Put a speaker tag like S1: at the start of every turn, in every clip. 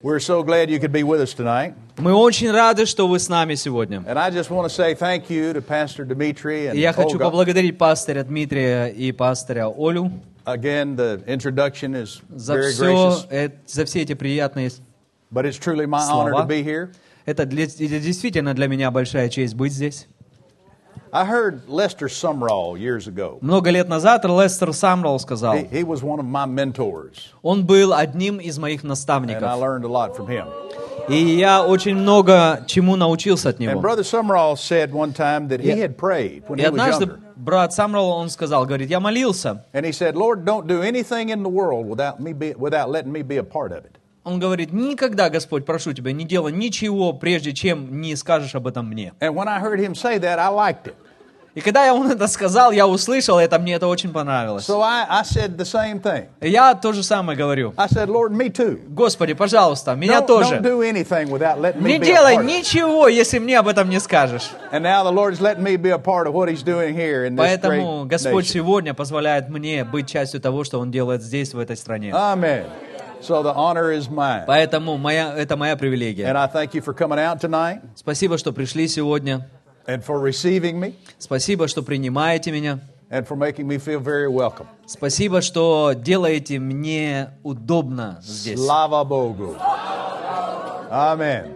S1: We're so glad you could be with us tonight.
S2: Мы очень рады, что вы с нами сегодня.
S1: And I just want to say thank you to Pastor Dimitri and
S2: И я хочу
S1: Olga.
S2: поблагодарить пастыря Дмитрия и пастыря Олю
S1: Again, the introduction is
S2: за
S1: very
S2: все,
S1: gracious,
S2: за все эти приятные... с-
S1: but it's truly my honor to
S2: Слова.
S1: be here.
S2: Это, для- это действительно для меня большая честь быть здесь.
S1: I heard Lester Sumrall years ago.
S2: Много лет назад Лестер Самрал сказал,
S1: He, he was one of my mentors,
S2: он был одним из моих
S1: and I
S2: наставников.
S1: learned a lot from him.
S2: И я очень много чему научился от
S1: And
S2: него.
S1: Brother Sumrall said one time that he
S2: Yeah.
S1: had prayed when
S2: И
S1: he was
S2: однажды
S1: younger.
S2: брат Самрал, он сказал, говорит, я молился.
S1: And he said, Lord, don't do anything in the world without, me be, without letting me be a part of it.
S2: Он говорит, никогда, Господь, прошу тебя, не делай ничего, прежде чем не скажешь об этом мне.
S1: And when I heard him say that, I liked it.
S2: И когда я он это сказал, я услышал это, мне это очень понравилось.
S1: So I, I said the same thing.
S2: И Я то же самое говорю.
S1: I said, Lord, me too.
S2: Господи, пожалуйста, меня
S1: don't, don't
S2: тоже.
S1: do anything without letting me
S2: Не
S1: be a
S2: делай
S1: part of it.
S2: ничего, если мне об этом не скажешь.
S1: And now the Lord's letting me be a part of what He's doing here in this
S2: Поэтому
S1: great
S2: Господь
S1: nation.
S2: сегодня позволяет мне быть частью того, что Он делает здесь, в этой стране.
S1: А. Amen. So the honor is mine.
S2: Поэтому моя, это моя привилегия.
S1: And I thank you for coming out tonight
S2: Спасибо, что пришли сегодня.
S1: and for receiving me
S2: Спасибо, что принимаете меня.
S1: and for making me feel very welcome.
S2: Спасибо, что делаете мне удобно здесь.
S1: Slava Bogu. Amen.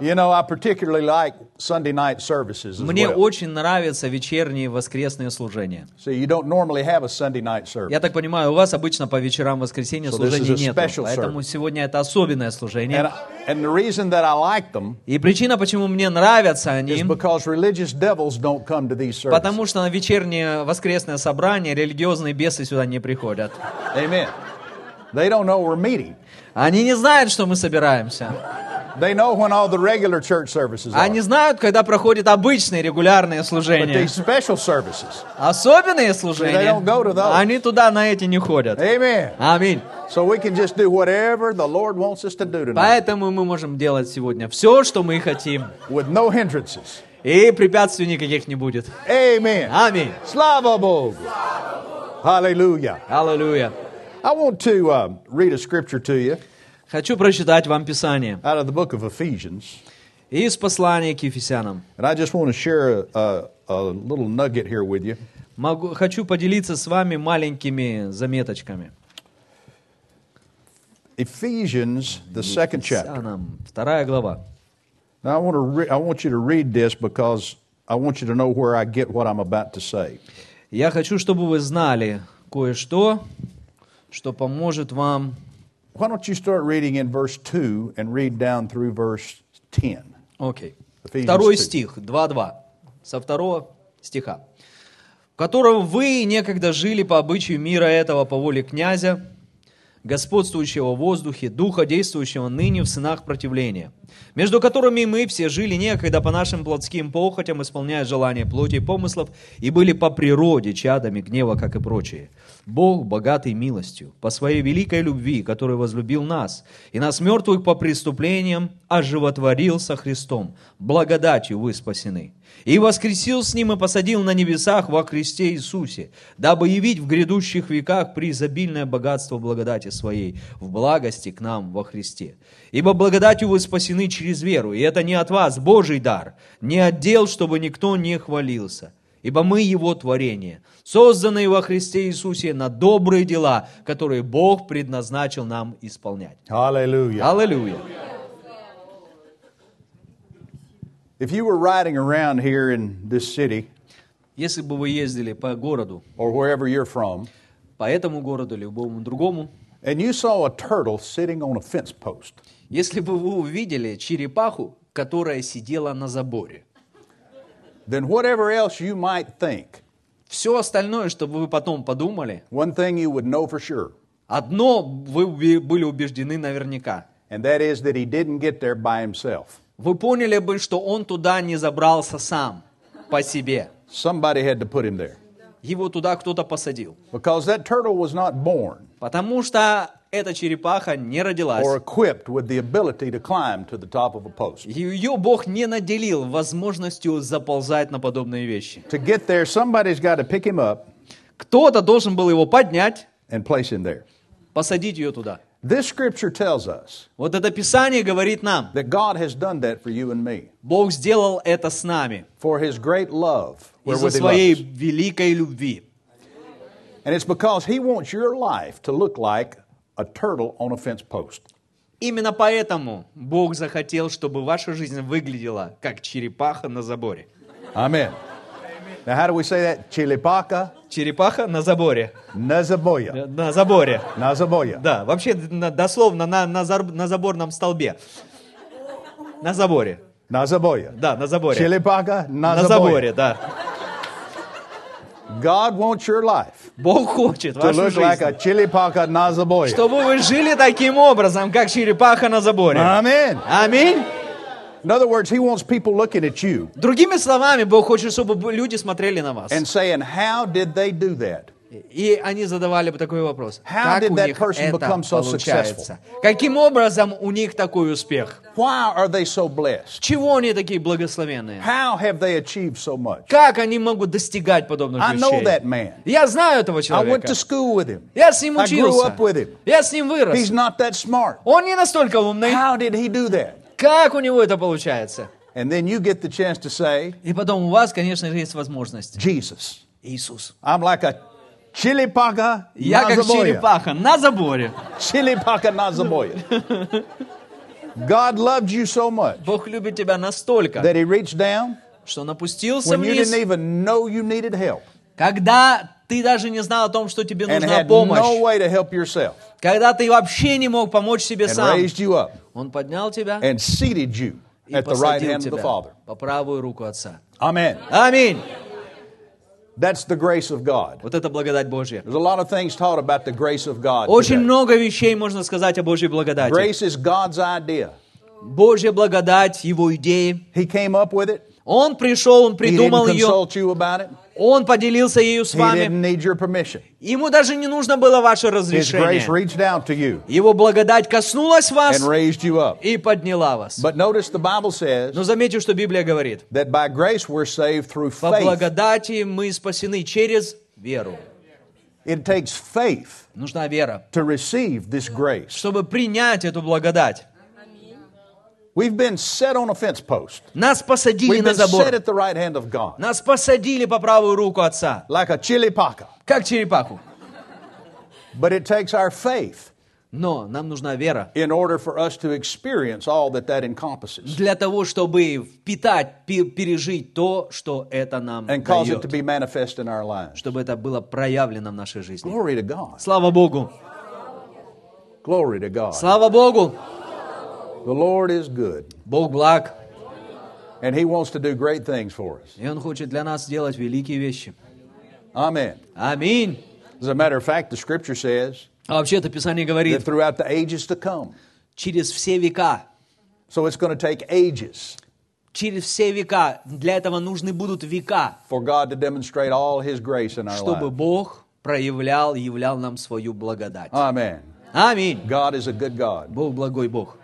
S1: You know, I particularly like Sunday night services as
S2: Мне
S1: well.
S2: очень нравятся вечерние воскресные служения.
S1: See, you don't normally have a Sunday night service.
S2: Я так понимаю, у вас обычно по вечерам воскресенья
S1: So this
S2: служений
S1: is a
S2: нет,
S1: special
S2: поэтому
S1: service.
S2: сегодня это особенное служение.
S1: And, and the reason that I like them
S2: И причина, почему мне нравятся
S1: is
S2: они,
S1: because religious devils don't come to these services.
S2: потому что на вечернее воскресное собрание религиозные бесы сюда не приходят.
S1: Amen. They don't know we're meeting.
S2: Они не знают, что мы собираемся.
S1: They know when all the regular church services are.
S2: Они знают, когда проходят обычные регулярные
S1: But
S2: служения.
S1: these special services.
S2: Особенные
S1: They
S2: служения,
S1: don't go to those.
S2: они туда на эти не ходят.
S1: Amen.
S2: Аминь.
S1: So we can just do whatever the Lord wants us to do tonight
S2: Поэтому мы можем делать сегодня все, что мы хотим.
S1: with no hindrances.
S2: И препятствий никаких не будет.
S1: Amen.
S2: Аминь.
S1: Slava Bogu. Hallelujah.
S2: Аллилуйя.
S1: I want to uh, read a scripture to you
S2: Хочу прочитать вам Писание
S1: out of the book of Ephesians.
S2: из послания к Ефесянам.
S1: And I just want to share a, a, a little nugget here with you.
S2: Могу, хочу поделиться с вами маленькими заметочками.
S1: Ephesians, the second chapter.
S2: Ефесянам, вторая глава.
S1: Now I want to re- I want you to read this because I want you to know where I get what I'm about to say.
S2: Я хочу, чтобы вы знали кое-что, что поможет вам.
S1: Why don't you start reading in verse 2 and read down through verse 10?
S2: Окей.
S1: Ephesians
S2: Второй
S1: 2.
S2: стих, 2.2. Со второго стиха. В котором вы некогда жили по обычаю мира этого по воле князя, господствующего в воздухе, духа, действующего ныне в сынах противления, между которыми мы все жили некогда по нашим плотским похотям, исполняя желания плоти и помыслов, и были по природе чадами гнева, как и прочие. Бог, богатый милостью, по своей великой любви, который возлюбил нас, и нас, мертвых по преступлениям, оживотворил со Христом, благодатью вы спасены. И воскресил с Ним и посадил на небесах во Христе Иисусе, дабы явить в грядущих веках преизобильное богатство благодати Своей в благости к нам во Христе. Ибо благодатью вы спасены через веру, и это не от вас, Божий дар, не от дел, чтобы никто не хвалился. Ибо мы Его творение, созданные во Христе Иисусе на добрые дела, которые Бог предназначил нам исполнять.
S1: Hallelujah.
S2: Аллилуйя!
S1: If you were riding around here in this city
S2: Если бы вы ездили по городу,
S1: or вherever you're from,
S2: по этому городу, любому другому,
S1: and you saw a turtle sitting on a fence post,
S2: Если бы вы увидели черепаху, которая сидела на заборе,
S1: then whatever else you might think,
S2: все остальное, что вы потом подумали,
S1: one thing you would know for sure,
S2: одно вы убе- были убеждены наверняка.
S1: and that is that he didn't get there by himself.
S2: Вы поняли бы, что он туда не забрался сам, по себе.
S1: Somebody had to put him there
S2: Его туда кто-то посадил.
S1: because that turtle was not born
S2: Потому что эта черепаха не родилась.
S1: or equipped with the ability to climb to the top of a post.
S2: Ее Бог не наделил возможностью заползать на подобные вещи.
S1: To get there, somebody's got to pick him up
S2: Кто-то должен был его поднять,
S1: and place him there.
S2: посадить ее туда.
S1: This scripture tells us
S2: Вот это Писание говорит нам,
S1: that God has done that for you and me,
S2: Бог сделал это с нами
S1: for His great love
S2: из-за
S1: wherewith He
S2: своей
S1: loves us.
S2: великой любви.
S1: And it's because He wants your life to look like a turtle on a fence post.
S2: Именно поэтому Бог захотел, чтобы ваша жизнь выглядела как черепаха на заборе.
S1: Amen. Now, how do we say that? Chilipaca
S2: Черепаха на заборе.
S1: nazaboya.
S2: Э, На заборе.
S1: Nazaboya.
S2: Да, вообще на- дословно на, на, зар- на заборном столбе. На заборе.
S1: Nazaboya.
S2: Да, на заборе.
S1: Chilipaca
S2: на
S1: nazaboya.
S2: заборе, да.
S1: God wants your life
S2: Бог хочет
S1: to
S2: вашу
S1: look
S2: жизнь,
S1: like a chilipaca nazaboya.
S2: чтобы вы жили таким образом, как черепаха на заборе.
S1: Amen.
S2: Аминь.
S1: In other words, He wants people looking at you
S2: Другими словами, Бог хочет, чтобы люди смотрели на вас.
S1: and saying, How did they do that?
S2: И они задавали бы такой вопрос.
S1: How
S2: как
S1: did
S2: у
S1: that
S2: них
S1: person
S2: это
S1: become so
S2: получается? Каким образом у них такой успех?
S1: Why are they so blessed?
S2: Чего они такие благословенные?
S1: How have they achieved so much?
S2: Как они могут достигать подобных
S1: I know
S2: вещей?
S1: that man.
S2: Я знаю этого
S1: I went
S2: человека.
S1: to school with him.
S2: Я с ним
S1: I grew
S2: учился.
S1: up with him.
S2: Я с ним вырос.
S1: He's not that smart.
S2: Он не настолько умный.
S1: How did he do that?
S2: Как у него это получается?
S1: And then you get the chance to say,
S2: И потом у вас, конечно, есть возможность.
S1: Jesus.
S2: Иисус.
S1: I'm like a chilipaca
S2: Я как
S1: nazaboya.
S2: черепаха на заборе.
S1: Chilipaca nazaboya. God loved you so much
S2: Бог любит тебя настолько,
S1: that he reached down
S2: что он опустился
S1: when you
S2: вниз,
S1: didn't even know you needed help
S2: когда ты даже не знал о том, что тебе
S1: and
S2: нужна
S1: had no
S2: помощь,
S1: way to help yourself
S2: когда ты вообще не мог помочь себе
S1: and
S2: сам.
S1: raised you up
S2: Он поднял тебя
S1: and seated you
S2: и
S1: at the right
S2: посадил
S1: hand of the
S2: тебя
S1: Father.
S2: по правую руку Отца.
S1: Amen.
S2: Аминь.
S1: That's the grace of God.
S2: Вот это благодать Божья.
S1: There's a lot of things taught about the grace of God.
S2: Очень
S1: today.
S2: много вещей можно сказать о Божьей благодати.
S1: Grace is God's idea.
S2: Божья благодать, Его идеи.
S1: He came up with it.
S2: Он пришел, Он
S1: He didn't
S2: придумал ее,
S1: consult you about it.
S2: Он поделился ею с
S1: He
S2: вами.
S1: didn't need your permission.
S2: Ему даже не нужно было ваше
S1: His grace
S2: разрешение.
S1: reached out to you
S2: Его благодать коснулась вас
S1: and raised you up.
S2: и подняла вас.
S1: But notice the Bible says
S2: Но заметьте, что Библия говорит,
S1: that by grace we're saved through
S2: по
S1: faith.
S2: благодати мы спасены через веру.
S1: It takes faith
S2: Нужна вера,
S1: to receive this grace.
S2: чтобы принять эту благодать.
S1: We've been set on a fence post.
S2: Нас посадили
S1: We've
S2: на
S1: been set
S2: забор.
S1: at the right hand of God,
S2: Нас посадили по правую руку Отца,
S1: like a chilipaca.
S2: как черепаху.
S1: But it takes our faith
S2: Но нам нужна вера
S1: in order for us to experience all that that encompasses
S2: для того, чтобы впитать, пе- пережить то, что это нам
S1: and cause it to
S2: дает,
S1: be manifest in our lives.
S2: чтобы это было проявлено в нашей жизни.
S1: Glory to God.
S2: Слава Богу!
S1: Glory to God.
S2: Слава Богу!
S1: The Lord is good,
S2: Бог благ,
S1: and He wants to do great things for us.
S2: и Он хочет для нас делать великие вещи.
S1: Amen.
S2: Аминь!
S1: As a matter of fact, the scripture says
S2: А вообще-то Писание
S1: that
S2: говорит,
S1: throughout the ages to come.
S2: через все века,
S1: So it's going to take ages
S2: через все века, для этого нужны будут века,
S1: for God to demonstrate all His grace in our
S2: чтобы
S1: lives.
S2: Бог проявлял, являл нам свою благодать.
S1: Amen.
S2: Аминь.
S1: God is a good God.
S2: Бог благой Бог.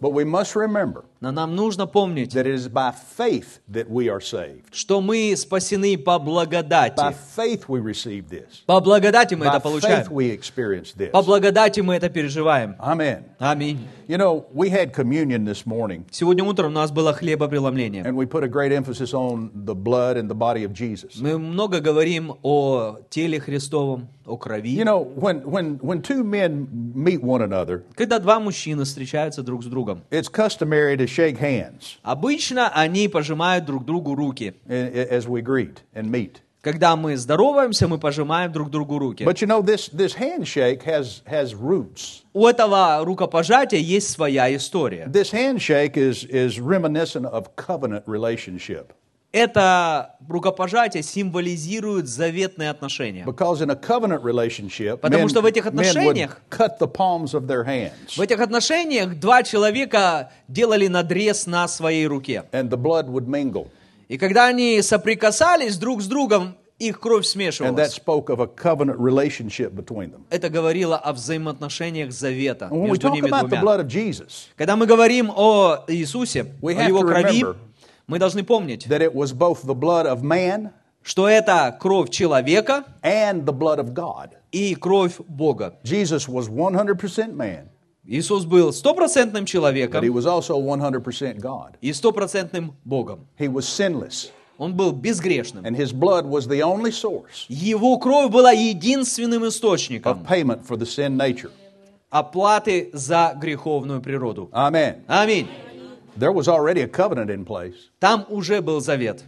S1: But we must remember
S2: Но нам нужно помнить,
S1: that it is by faith that we are saved.
S2: что мы спасены по
S1: By
S2: благодати.
S1: faith we receive this.
S2: По благодати мы
S1: By
S2: это
S1: faith
S2: получаем.
S1: we experience this.
S2: По благодати мы это переживаем.
S1: Amen.
S2: Аминь.
S1: You know, we had communion this morning,
S2: Сегодня утром у нас было хлебопреломление.
S1: and we put a great emphasis on the blood and the body of Jesus.
S2: Мы много говорим о теле Христовом, о
S1: You
S2: крови.
S1: know, when, when, when two men meet one another,
S2: Когда два мужчины встречаются друг с другом,
S1: it's customary to shake hands
S2: обычно они пожимают друг другу руки.
S1: a- a- as we greet and meet.
S2: Когда мы здороваемся, мы пожимаем друг другу руки.
S1: But you know, this, this handshake has, has roots.
S2: У этого рукопожатия есть своя история.
S1: This handshake is, is reminiscent of covenant relationship.
S2: Это рукопожатие символизирует заветные отношения.
S1: Because in a covenant relationship,
S2: Потому
S1: men,
S2: что в этих
S1: men would
S2: отношениях-
S1: cut the palms of their hands,
S2: В этих отношениях два человека делали надрез на своей руке.
S1: and the blood would mingle.
S2: И когда они соприкасались друг с другом, их кровь
S1: And that
S2: смешивалась.
S1: spoke of a covenant relationship between them.
S2: Это говорило о взаимоотношениях завета
S1: And when we
S2: между
S1: talk
S2: ними
S1: about the
S2: двумя.
S1: blood of Jesus,
S2: Когда мы говорим о Иисусе, о
S1: We have
S2: Его
S1: to
S2: крови,
S1: remember
S2: мы должны помнить,
S1: that it was both the blood of man
S2: что это кровь человека
S1: and the blood of God.
S2: и кровь Бога.
S1: Jesus was 100% man
S2: Иисус был стопроцентным
S1: but he
S2: человеком
S1: was also 100% God.
S2: и стопроцентным Богом.
S1: He was sinless,
S2: Он был безгрешным.
S1: and his blood was the only source
S2: Его кровь была единственным
S1: of
S2: источником
S1: payment for the sin nature.
S2: оплаты за греховную природу.
S1: Amen.
S2: Аминь.
S1: There was already a covenant in place,
S2: Там уже был завет.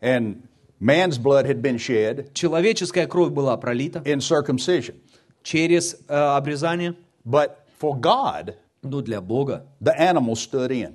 S1: and man's blood had been shed
S2: Человеческая кровь была пролита
S1: in circumcision.
S2: через э, обрезание.
S1: But for God,
S2: Ну, для Бога.
S1: the animal stood in.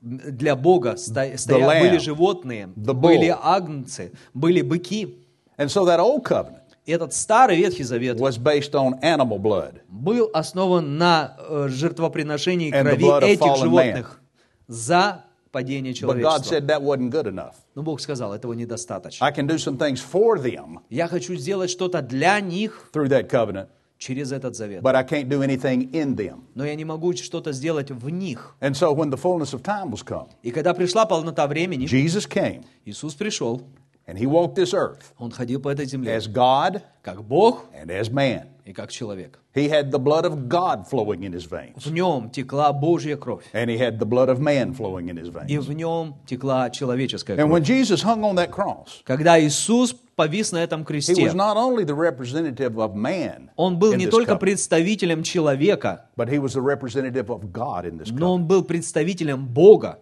S2: Для Бога сто- стоя-
S1: lamb.
S2: были животные,
S1: The bull.
S2: были агнцы, были быки.
S1: And so that old covenant
S2: Этот старый Ветхий Завет
S1: was based on animal blood.
S2: был основан на э, жертвоприношении
S1: And the blood of
S2: крови этих
S1: fallen
S2: животных за падение
S1: But God
S2: человечества.
S1: said that wasn't good enough.
S2: Но Бог сказал, этого недостаточно.
S1: I can do some things for them
S2: Я хочу сделать что-то для них
S1: through that covenant,
S2: через этот завет.
S1: but I can't do anything in them.
S2: Но я не могу что-то сделать в них.
S1: And so when the fullness of time was come,
S2: И когда пришла полнота времени,
S1: Jesus came
S2: Иисус пришел.
S1: and he walked this earth
S2: Он ходил по этой земле
S1: as God
S2: как Бог
S1: and as man.
S2: и как человек.
S1: He had the blood of God flowing in his veins,
S2: В нем текла Божья кровь.
S1: and he had the blood of man flowing in his
S2: И
S1: veins.
S2: в нем текла человеческая
S1: And
S2: кровь.
S1: when Jesus hung on that cross,
S2: Когда Иисус повис на этом
S1: he
S2: кресте,
S1: was not only the representative of man,
S2: он был
S1: in
S2: не
S1: this
S2: только
S1: covenant,
S2: представителем человека,
S1: but he was the representative of God in this covenant.
S2: но он был представителем Бога.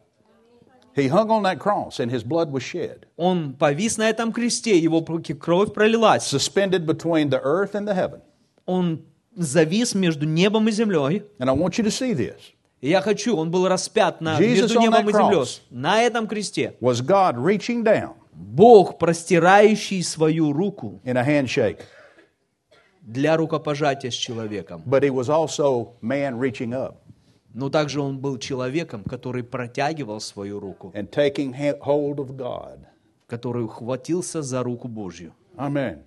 S1: He hung on that cross, and his blood was shed,
S2: Он повис на этом кресте, его руки- кровь пролилась.
S1: suspended between the earth and the heaven.
S2: Он завис между небом и землей.
S1: And I want you to see this.
S2: И я хочу, он был распят на,
S1: Jesus
S2: между
S1: on
S2: небом
S1: that
S2: и землей.
S1: cross.
S2: На этом кресте
S1: Was God reaching down
S2: Бог, простирающий свою руку
S1: in a handshake,
S2: для рукопожатия с человеком,
S1: but he was also man reaching up
S2: но также он был человеком, который протягивал свою руку,
S1: and taking ha- hold of God.
S2: который ухватился за руку Божью.
S1: Amen.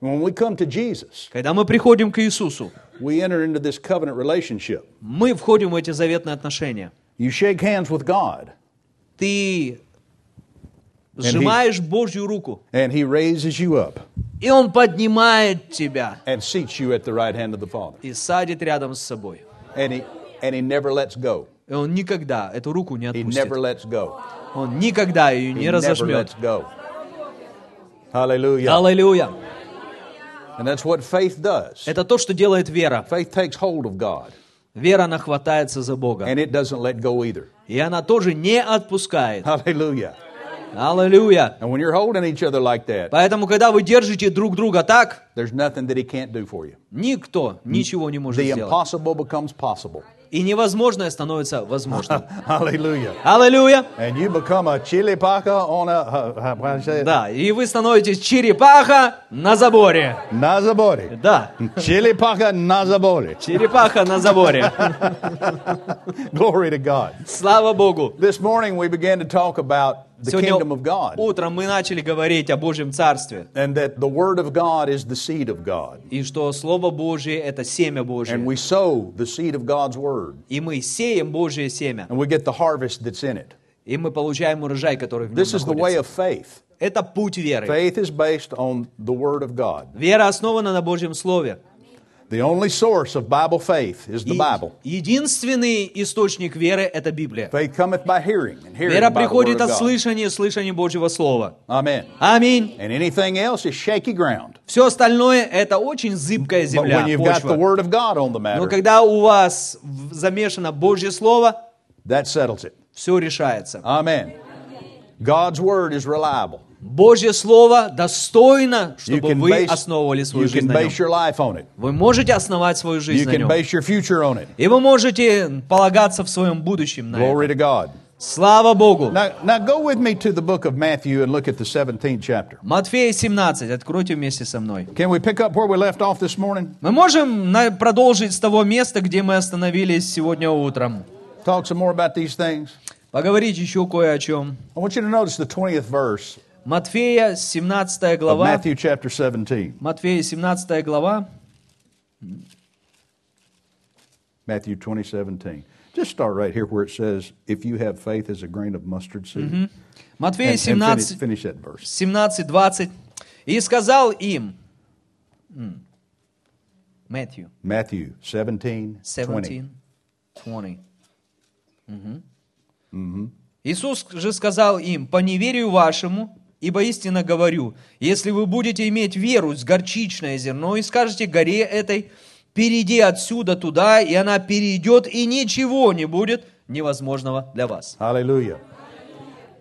S1: When we come to Jesus,
S2: Когда мы приходим к Иисусу,
S1: we enter into this covenant relationship.
S2: мы входим в эти заветные отношения.
S1: You shake hands with God,
S2: Ты сжимаешь Божью руку,
S1: and he raises you up
S2: и Он поднимает тебя
S1: and seats you at the right hand of the Father.
S2: и садит рядом с собой.
S1: And he, and he never lets go.
S2: И Он никогда эту руку не
S1: He
S2: отпустит.
S1: never lets go.
S2: Он никогда
S1: He
S2: ее не
S1: never
S2: разожмет.
S1: lets go. Hallelujah.
S2: Аллилуйя.
S1: And that's what faith does.
S2: Это то, что делает вера.
S1: Faith takes hold of God,
S2: Вера, она хватается за Бога.
S1: and it doesn't let go either.
S2: И она тоже не отпускает.
S1: Hallelujah.
S2: Аллилуйя.
S1: And when you're holding each other like that,
S2: Поэтому, когда вы держите друг друга так,
S1: there's nothing that He can't do for you.
S2: никто ничего не может
S1: The
S2: сделать.
S1: impossible becomes possible.
S2: И невозможное становится возможным.
S1: Hallelujah.
S2: Аллилуйя.
S1: And you become a chili paca on a, uh, uh, what do you say?
S2: Да, и вы становитесь черепаха на заборе.
S1: Nazabori.
S2: Да,
S1: Chili paca Nazabori.
S2: черепаха на заборе.
S1: Glory to God.
S2: Слава Богу.
S1: This morning we began to talk about the
S2: Сегодня
S1: kingdom of God
S2: утром мы начали говорить о Божьем Царстве.
S1: and that the Word of God is the seed of God.
S2: И что Слово Божье – это семя
S1: And
S2: Божье.
S1: we sow the seed of God's Word
S2: И мы сеем Божье семя.
S1: and we get the harvest that's in it.
S2: И мы получаем урожай, который в нем
S1: This is the way
S2: находится.
S1: of faith.
S2: Это путь веры.
S1: Faith is based on the Word of God.
S2: Вера основана на Божьем Слове.
S1: The only source of Bible faith is the
S2: И
S1: Bible.
S2: единственный источник веры – это Библия.
S1: Faith cometh by hearing, and hearing
S2: Вера
S1: by the Word
S2: приходит
S1: of
S2: от
S1: God.
S2: слышания, слышания Божьего Слова.
S1: Amen.
S2: Аминь.
S1: And anything else is shaky ground.
S2: Все остальное – это очень зыбкая
S1: But
S2: земля,
S1: when you've got the
S2: почва.
S1: Word of God on the
S2: Но
S1: matter,
S2: когда у вас в- замешано Божье Слово,
S1: that settles it.
S2: все решается.
S1: Amen. God's Word is reliable.
S2: Божье Слово достойно,
S1: You
S2: чтобы
S1: can
S2: вы
S1: base,
S2: основывали свою
S1: you
S2: жизнь
S1: can
S2: на нем.
S1: base your life on it.
S2: Вы можете основать свою
S1: You
S2: жизнь на
S1: can
S2: нем.
S1: base your future on it.
S2: И вы можете полагаться в своем будущем на это.
S1: Glory to God.
S2: Слава Богу!
S1: Now, now go with me to the book of Matthew and look at the 17th chapter.
S2: Матфея 17, откройте вместе со мной.
S1: Can we pick up where we left off this morning?
S2: Мы можем на- продолжить с того места, где мы остановились сегодня утром.
S1: Talk some more about these things.
S2: Поговорить еще кое о чем.
S1: I want you to notice the 20th verse
S2: Матфея 17
S1: of
S2: глава.
S1: Matthew chapter 17.
S2: Матфея 17 глава.
S1: Matthew 20, 17. Just start right here where it says, If you have faith as a grain of mustard seed. And,
S2: Матфея
S1: and finish,
S2: 17,
S1: finish that verse.
S2: 17, 20. И сказал им, м, Matthew
S1: Matthew 17, 20.
S2: 17, 20. Мгм. Иисус же сказал им, по неверию вашему, ибо истинно говорю, если вы будете иметь веру с горчичное зерно и скажете горе этой, перейди отсюда туда, и она перейдет, и ничего не будет невозможного для вас.
S1: Hallelujah.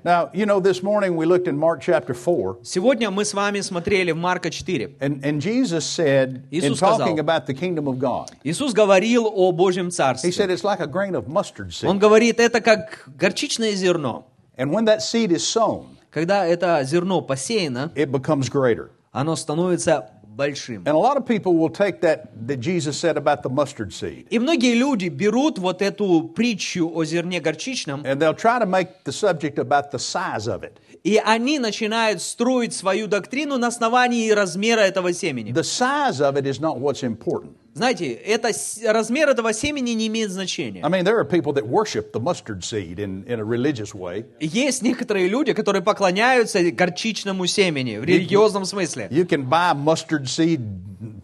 S1: Now, you know, this morning we looked in Mark chapter 4,
S2: Сегодня мы с вами смотрели в Марка 4.
S1: and, and Jesus said, in
S2: Иисус
S1: talking
S2: сказал.
S1: about the kingdom of God,
S2: Иисус говорил о Божьем
S1: He said
S2: Царстве.
S1: it's like a grain of mustard seed.
S2: Он говорит, это как горчичное зерно.
S1: And when that seed is sown,
S2: Когда это зерно посеяно,
S1: it becomes greater.
S2: оно становится большим.
S1: And a lot of people will take that that Jesus said about the mustard seed,
S2: И многие люди берут вот эту притчу о зерне горчичном,
S1: and they'll try to make the subject about the size of it.
S2: и они начинают строить свою доктрину на основании размера этого семени.
S1: The size of it is not what's important.
S2: Знаете, это, с- размер этого семени не имеет
S1: I
S2: значения.
S1: mean, there are people that worship the mustard seed in, in a religious way.
S2: Есть некоторые люди, которые поклоняются горчичному семени в религиозном смысле.
S1: You can buy mustard seed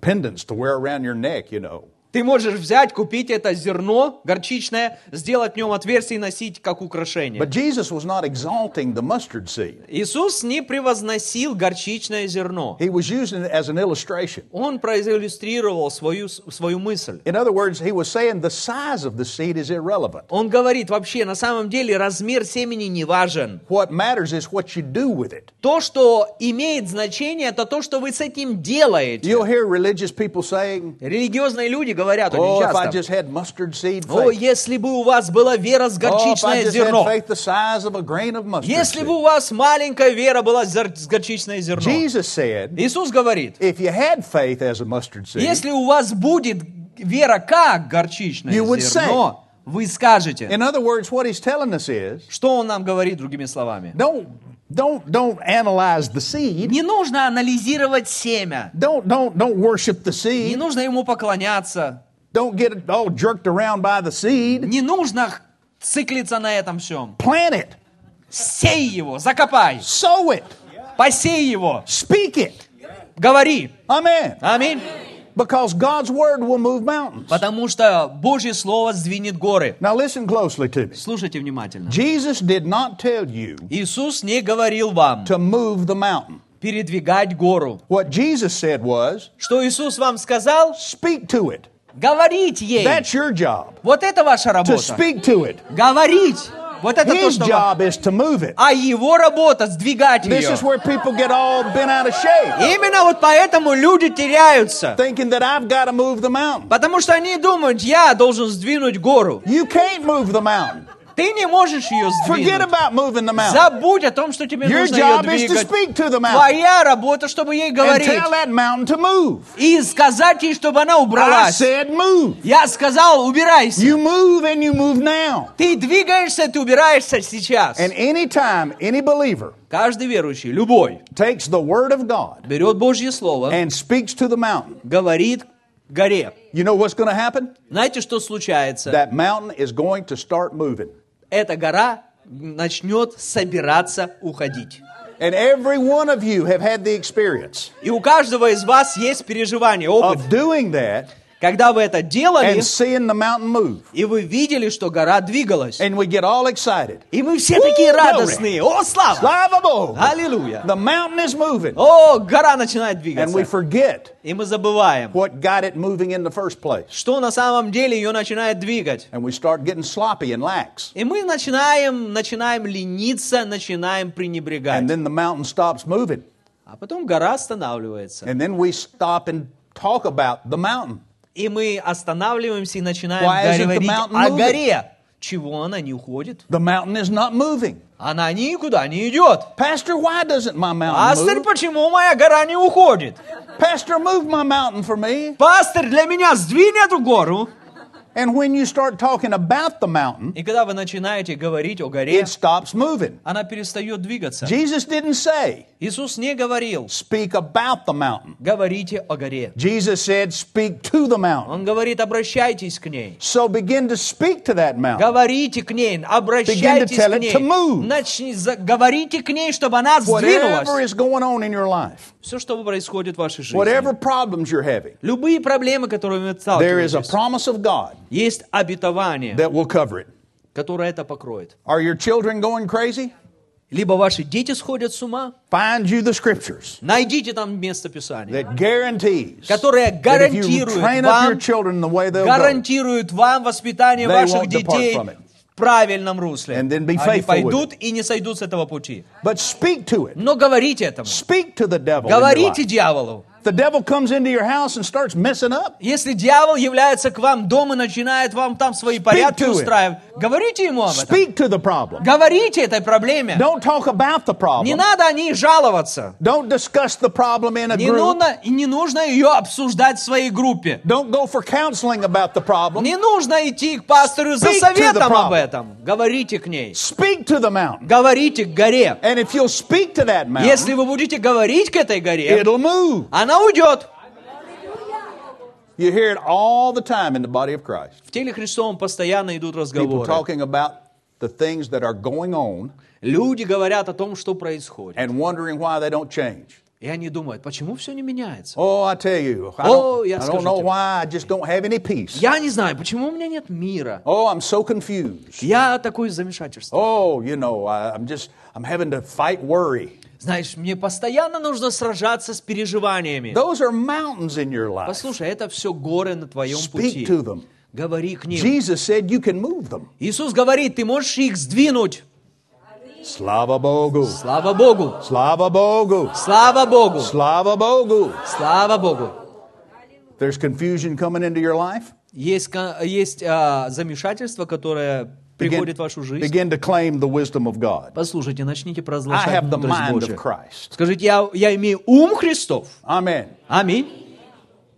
S1: pendants to wear around your neck, you know.
S2: Ты можешь взять, купить это зерно горчичное, сделать в нем отверстие и носить как украшение.
S1: But Jesus was not exalting the mustard seed.
S2: Иисус не превозносил горчичное зерно.
S1: He was using it as an illustration.
S2: Он проиллюстрировал свою, с- свою мысль.
S1: In other words, he was saying the size of the seed is irrelevant.
S2: Он говорит вообще, на самом деле размер семени не важен.
S1: What matters is what you do with it.
S2: То, что имеет значение, это то, что вы с этим делаете.
S1: You'll hear religious people saying,
S2: Религиозные люди говорят
S1: Oh,
S2: очень
S1: if I
S2: часто,
S1: just had mustard seed
S2: о,
S1: faith.
S2: если бы у вас была вера
S1: Oh,
S2: с
S1: if I
S2: горчичное
S1: just had
S2: зерно.
S1: faith the size of a grain of mustard
S2: Если бы
S1: seed.
S2: у вас маленькая вера была зер- с горчичное зерно.
S1: Jesus said,
S2: Иисус говорит,
S1: if you had faith as a mustard seed,
S2: Если у вас будет вера как горчичное
S1: You would
S2: зерно, вы скажете.
S1: in other words, what he's telling us is,
S2: Что он нам говорит другими словами?
S1: don't, don't, don't analyze the seed.
S2: Не нужно анализировать семя.
S1: Don't, don't, don't worship the
S2: Не
S1: seed.
S2: нужно ему поклоняться.
S1: Don't get all jerked around by the seed.
S2: Не нужно х- циклиться на этом всем.
S1: Plant it,
S2: Сей его, закопай,
S1: sow it,
S2: посей его,
S1: speak it.
S2: говори.
S1: Amen.
S2: Аминь.
S1: Because God's word will move mountains.
S2: Потому что Божье Слово сдвинет горы.
S1: Now listen closely to me.
S2: Слушайте внимательно.
S1: Jesus did not tell you
S2: Иисус не говорил вам
S1: to move the mountain.
S2: передвигать гору.
S1: What Jesus said was,
S2: Что Иисус вам сказал?
S1: speak to it.
S2: Говорить ей.
S1: That's your job.
S2: Вот это ваша
S1: To
S2: работа.
S1: speak to it.
S2: Говорить. Вот это то,
S1: His
S2: что... ва-
S1: job is to move it.
S2: А его работа сдвигать
S1: This
S2: ее.
S1: is where people get all bent out of shape,
S2: Именно вот поэтому люди теряются.
S1: thinking that I've got to move the mountain.
S2: Потому что они думают, я должен сдвинуть гору.
S1: You can't move the mountain.
S2: Ты не можешь ее
S1: Forget
S2: сдвинуть.
S1: about moving the mountain.
S2: Забудь о том, что тебе
S1: Your
S2: нужно ее
S1: job is to
S2: двигать.
S1: speak to the mountain
S2: Твоя работа, чтобы ей
S1: and
S2: говорить.
S1: tell that mountain to move.
S2: И сказать ей, чтобы она
S1: I
S2: убралась.
S1: said move.
S2: Я сказал, убирайся.
S1: You move and you move now.
S2: Ты двигаешься, ты убираешься сейчас.
S1: And anytime any believer
S2: Каждый верующий, любой,
S1: takes the word of God
S2: берет Божье Слово,
S1: and speaks to the mountain,
S2: говорит горе.
S1: you know what's going to happen?
S2: Знаете, что случается?
S1: That mountain is going to start moving.
S2: эта гора начнет собираться уходить.
S1: And every one of you have had the experience
S2: И у каждого из вас есть переживание, опыт.
S1: of doing that
S2: Когда вы это делали,
S1: А- and seeing the mountain move.
S2: и вы видели, что гора двигалась.
S1: And we get all excited.
S2: И мы все
S1: Woo,
S2: такие
S1: glory.
S2: радостные. О, слава!
S1: Slava Bowl.
S2: Аллилуйя!
S1: The mountain is moving.
S2: О, гора начинает
S1: And we
S2: двигаться.
S1: forget
S2: И мы забываем,
S1: what got it moving in the first place.
S2: что на самом деле ее начинает двигать.
S1: And we start getting sloppy and lax.
S2: И мы начинаем, начинаем лениться, начинаем
S1: And
S2: пренебрегать.
S1: then the mountain stops moving.
S2: А потом гора останавливается.
S1: And then we stop and talk about the mountain.
S2: И мы останавливаемся и
S1: Why isn't the
S2: начинаем говорить
S1: mountain
S2: о
S1: moving?
S2: горе. Чего она не уходит?
S1: The mountain is not moving.
S2: Она никуда не идет.
S1: Pastor, why doesn't my mountain
S2: Пастор,
S1: move?
S2: почему моя гора не уходит?
S1: Pastor, move my mountain for me.
S2: Пастор, для меня сдвинь эту гору.
S1: And when you start talking about the mountain,
S2: И когда вы начинаете говорить о горе,
S1: it stops moving.
S2: она перестает двигаться.
S1: Jesus didn't say,
S2: Иисус не говорил,
S1: speak about the mountain.
S2: говорите о горе.
S1: Jesus said, speak to the mountain.
S2: Он говорит, обращайтесь к ней.
S1: So begin to speak to that mountain.
S2: Говорите к ней, обращайтесь
S1: tell
S2: к
S1: it
S2: ней.
S1: to move.
S2: Начни- за- говорите к ней, чтобы она
S1: Whatever
S2: сдвинулась.
S1: is going on in your life,
S2: Все, что происходит в вашей жизни.
S1: whatever problems you're having,
S2: Любые проблемы, которые вы
S1: there is a
S2: сталкиваетесь,
S1: promise of God
S2: есть обетование,
S1: that will cover it.
S2: которое это покроет.
S1: Are your children going crazy?
S2: Либо ваши дети сходят с ума,
S1: Find you the scriptures
S2: найдите там место Писания,
S1: that guarantees
S2: которое
S1: that if you
S2: гарантирует
S1: train up your
S2: вам,
S1: children the way they'll go,
S2: гарантирует вам воспитание
S1: They
S2: ваших
S1: won't depart
S2: детей
S1: from it.
S2: в правильном русле.
S1: And then be faithful
S2: Они
S1: with
S2: пойдут и не сойдут с этого пути.
S1: but speak to it.
S2: Но говорите этому.
S1: Speak to the devil. in your
S2: Говорите
S1: life.
S2: дьяволу.
S1: The devil comes into your house and starts messing up.
S2: Если дьявол является к вам дома и начинает вам там свои порядки
S1: to him.
S2: устраивать, говорите ему об этом.
S1: Speak to the problem.
S2: Говорите этой проблеме.
S1: Don't talk about the
S2: Не
S1: problem.
S2: надо о ней жаловаться.
S1: Don't discuss the problem in a
S2: Не
S1: group.
S2: нужно, и не нужно ее обсуждать в своей группе.
S1: Don't go for counseling about the problem.
S2: Не нужно идти к пастору за
S1: Speak to the
S2: советом
S1: problem.
S2: об этом. Говорите к ней.
S1: Speak to the mountain.
S2: Говорите к горе.
S1: And if you'll speak to that mountain,
S2: Если вы будете говорить к этой горе,
S1: it'll move.
S2: она уйдет.
S1: You hear it all the time in the body of Christ.
S2: В теле Христовом постоянно идут
S1: People
S2: разговоры.
S1: talking about the things that are going on
S2: Люди говорят о том, что происходит.
S1: and wondering why they don't change.
S2: И они думают, почему все не меняется?
S1: Oh, I tell you, I
S2: Oh,
S1: don't,
S2: yes,
S1: I don't know
S2: скажите.
S1: why. I just don't have any peace.
S2: Я не знаю, почему у меня нет мира.
S1: Oh, I'm so confused.
S2: Я такой замешательство.
S1: Oh, you know, I, I'm just, I'm having to fight worry.
S2: Знаешь, мне постоянно нужно сражаться с переживаниями.
S1: Those are mountains in your life.
S2: Послушай, это все горы на твоем
S1: Speak
S2: пути.
S1: to them.
S2: Говори к ним.
S1: Jesus said you can move them.
S2: Иисус говорит, ты можешь их сдвинуть.
S1: Slava Bogu.
S2: Слава Богу!
S1: Slava Bogu.
S2: Слава Богу!
S1: Slava Bogu.
S2: Слава Богу!
S1: There's confusion coming into your life.
S2: Есть, ко- есть а, замешательство, которое
S1: Begin,
S2: приходит в вашу жизнь.
S1: begin to claim the wisdom of God.
S2: Послушайте, начните
S1: I
S2: провозглашать
S1: have the
S2: мудрость
S1: mind
S2: Божию.
S1: of Christ.
S2: Скажите, я, я имею ум Христов.
S1: Amen.
S2: Аминь.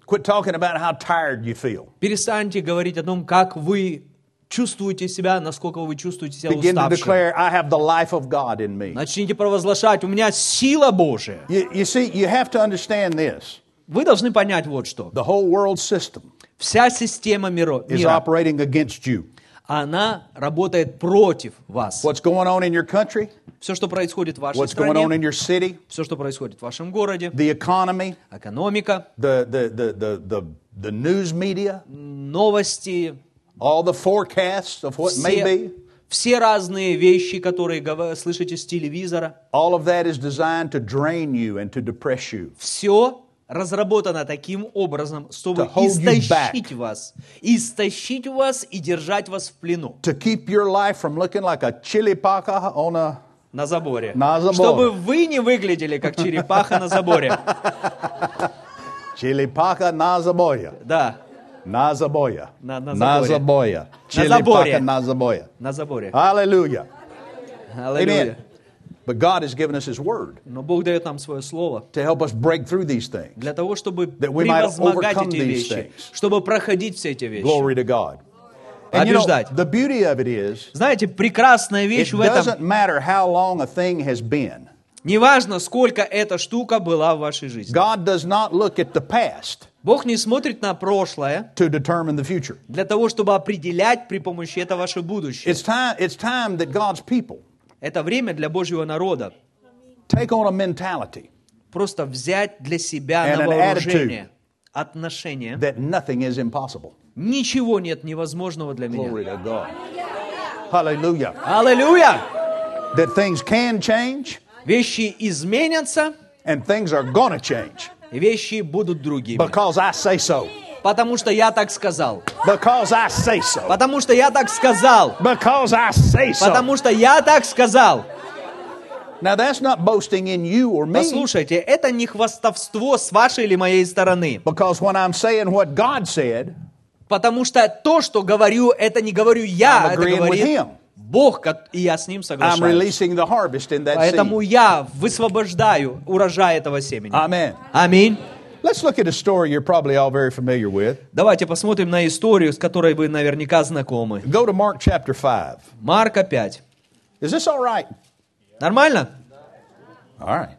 S1: Quit talking about how tired you feel.
S2: Перестаньте говорить о том, как вы чувствуете себя, насколько вы чувствуете себя
S1: Begin to
S2: уставшим.
S1: declare, I have the life of God in me.
S2: Начните провозглашать, у меня сила Божия.
S1: You, you see, you have to understand this.
S2: Вы должны понять вот что.
S1: The whole world system
S2: Вся система миро-
S1: is
S2: мира,
S1: operating against you.
S2: она работает против вас.
S1: What's going on in your country,
S2: Все, что происходит в вашей
S1: what's going on
S2: стране,
S1: in your city,
S2: все, что происходит в вашем городе,
S1: the economy,
S2: экономика,
S1: the, the, the, the, the, the news media,
S2: новости,
S1: all the forecasts of what may be,
S2: все, все разные вещи, которые гов- слышите с телевизора,
S1: all of that is designed to drain you and to depress you.
S2: все разработано таким образом, чтобы
S1: To hold you
S2: истощить вас, истощить вас и держать вас в плену
S1: To keep your life from looking like a chili paca on a
S2: на заборе,
S1: На заборе.
S2: чтобы вы не выглядели как черепаха на заборе.
S1: chili paca nazaboya.
S2: Да,
S1: Na zaboya.
S2: Na- na
S1: Na
S2: zaboria.
S1: zaboya. Chili
S2: zaboria.
S1: paca na zaboya.
S2: на заборе.
S1: Hallelujah. А, Amen.
S2: Аллилуйя.
S1: But God has given us His Word
S2: Но Бог дает нам свое слово
S1: to help us break through these things.
S2: для того, чтобы
S1: That we might
S2: превозмогать
S1: overcome
S2: эти
S1: these
S2: вещи,
S1: things.
S2: чтобы проходить все эти вещи.
S1: Glory to God. And you know,
S2: Побеждать.
S1: the beauty of it is,
S2: Знаете, прекрасная
S1: it
S2: вещь в этом.
S1: doesn't matter how long a thing has been.
S2: Неважно, сколько эта штука была в вашей жизни.
S1: God does not look at the past
S2: Бог не смотрит на прошлое
S1: to determine the future.
S2: для того, чтобы определять при помощи этого ваше будущее.
S1: It's time, it's time that God's people
S2: Это время для Божьего народа.
S1: take on a mentality
S2: Просто взять для себя
S1: And
S2: на
S1: an
S2: вооружение отношения.
S1: that nothing is impossible.
S2: Ничего нет невозможного для
S1: Glory
S2: меня.
S1: to God. Hallelujah.
S2: Аллилуйя!
S1: That things can change
S2: Вещи изменятся,
S1: and things are going to change
S2: вещи будут другими.
S1: because I say so.
S2: Потому что я так сказал.
S1: Because I say so.
S2: Потому что я так сказал.
S1: Because I say so.
S2: Потому что я так сказал.
S1: Now that's not boasting in you or me.
S2: Послушайте, это не хвастовство с вашей или моей стороны.
S1: Because when I'm saying what God said,
S2: Потому что то, что говорю, это не говорю
S1: I'm
S2: я, это
S1: agreeing with
S2: говорит
S1: him.
S2: Бог, ко- и я с ним
S1: I'm
S2: соглашаюсь.
S1: releasing the harvest in that
S2: Поэтому
S1: seed. А-
S2: я высвобождаю урожай этого семени.
S1: Amen.
S2: Аминь.
S1: Let's look at a story you're probably all very familiar with.
S2: Давайте посмотрим на историю, с которой вы наверняка знакомы.
S1: Go to Mark chapter 5.
S2: Марка 5.
S1: Is this all right?
S2: Нормально?
S1: All right.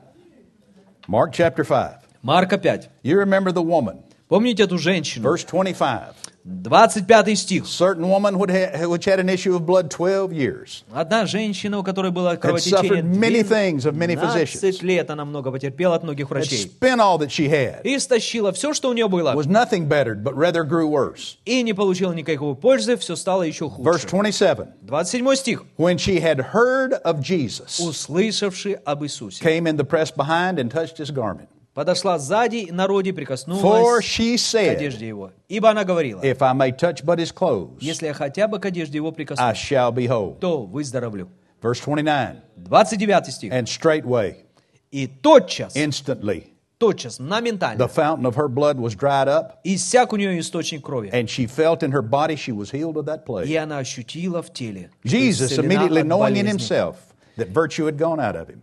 S1: Mark chapter 5.
S2: Марка 5.
S1: You remember the woman.
S2: Помните эту женщину?
S1: Verse 25.
S2: 25 стих.
S1: Certain woman would ha- which had an issue of blood 12 years.
S2: Одна женщина, у которой было
S1: suffered many things of many
S2: кровотечение
S1: physicians.
S2: 12 лет, она много потерпела от многих
S1: Had
S2: врачей.
S1: spent all that she had.
S2: И стащила все, что у нее было,
S1: Was nothing bettered, but rather grew worse.
S2: и не получила никакой пользы, все стало еще
S1: Verse
S2: хуже.
S1: 27.
S2: 27 стих.
S1: When she had heard of Jesus,
S2: «Услышавши об Иисусе,
S1: came in the press behind and touched his garment.
S2: подошла сзади и на роде
S1: For
S2: прикоснулась
S1: she
S2: к
S1: said,
S2: одежде его. Ибо она говорила,
S1: If I may touch but his clothes,
S2: если я хотя бы к одежде его
S1: I
S2: прикоснусь,
S1: shall be whole.
S2: то выздоровлю».
S1: Verse 29.
S2: 29 стих.
S1: And straightway,
S2: «И тотчас,
S1: instantly,
S2: тотчас,
S1: the
S2: моментально,
S1: fountain of her blood was dried up,
S2: иссяк у нее источник крови,
S1: and she felt in her body she was healed of that
S2: и
S1: plague.
S2: она ощутила в теле, что
S1: Jesus,
S2: исцелена
S1: immediately
S2: от
S1: knowing in
S2: болезни».
S1: himself that virtue had gone out of him,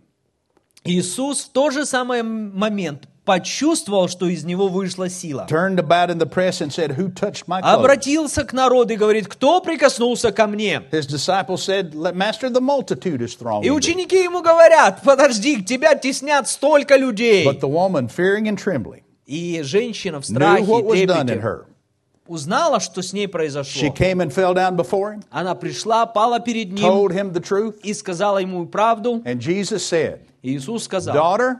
S2: Иисус в тот же самый момент почувствовал, что из него вышла сила.
S1: turned about in the press and said, Who touched my clothes?
S2: Обратился к народу и говорит, кто прикоснулся ко мне?
S1: His disciples said, "Let- Master, the multitude is thronging.
S2: И
S1: thee."
S2: ученики ему говорят, подожди, к тебя теснят столько людей.
S1: But the woman, fearing and trembling,
S2: И женщина в
S1: knew
S2: страхе,
S1: what was
S2: и
S1: done in
S2: трепете
S1: her.
S2: узнала, что с ней
S1: She
S2: произошло.
S1: came and fell down before him,
S2: Она пришла, пала перед ним
S1: told him the truth,
S2: и сказала ему правду.
S1: and Jesus said,
S2: И Иисус сказал,
S1: Daughter,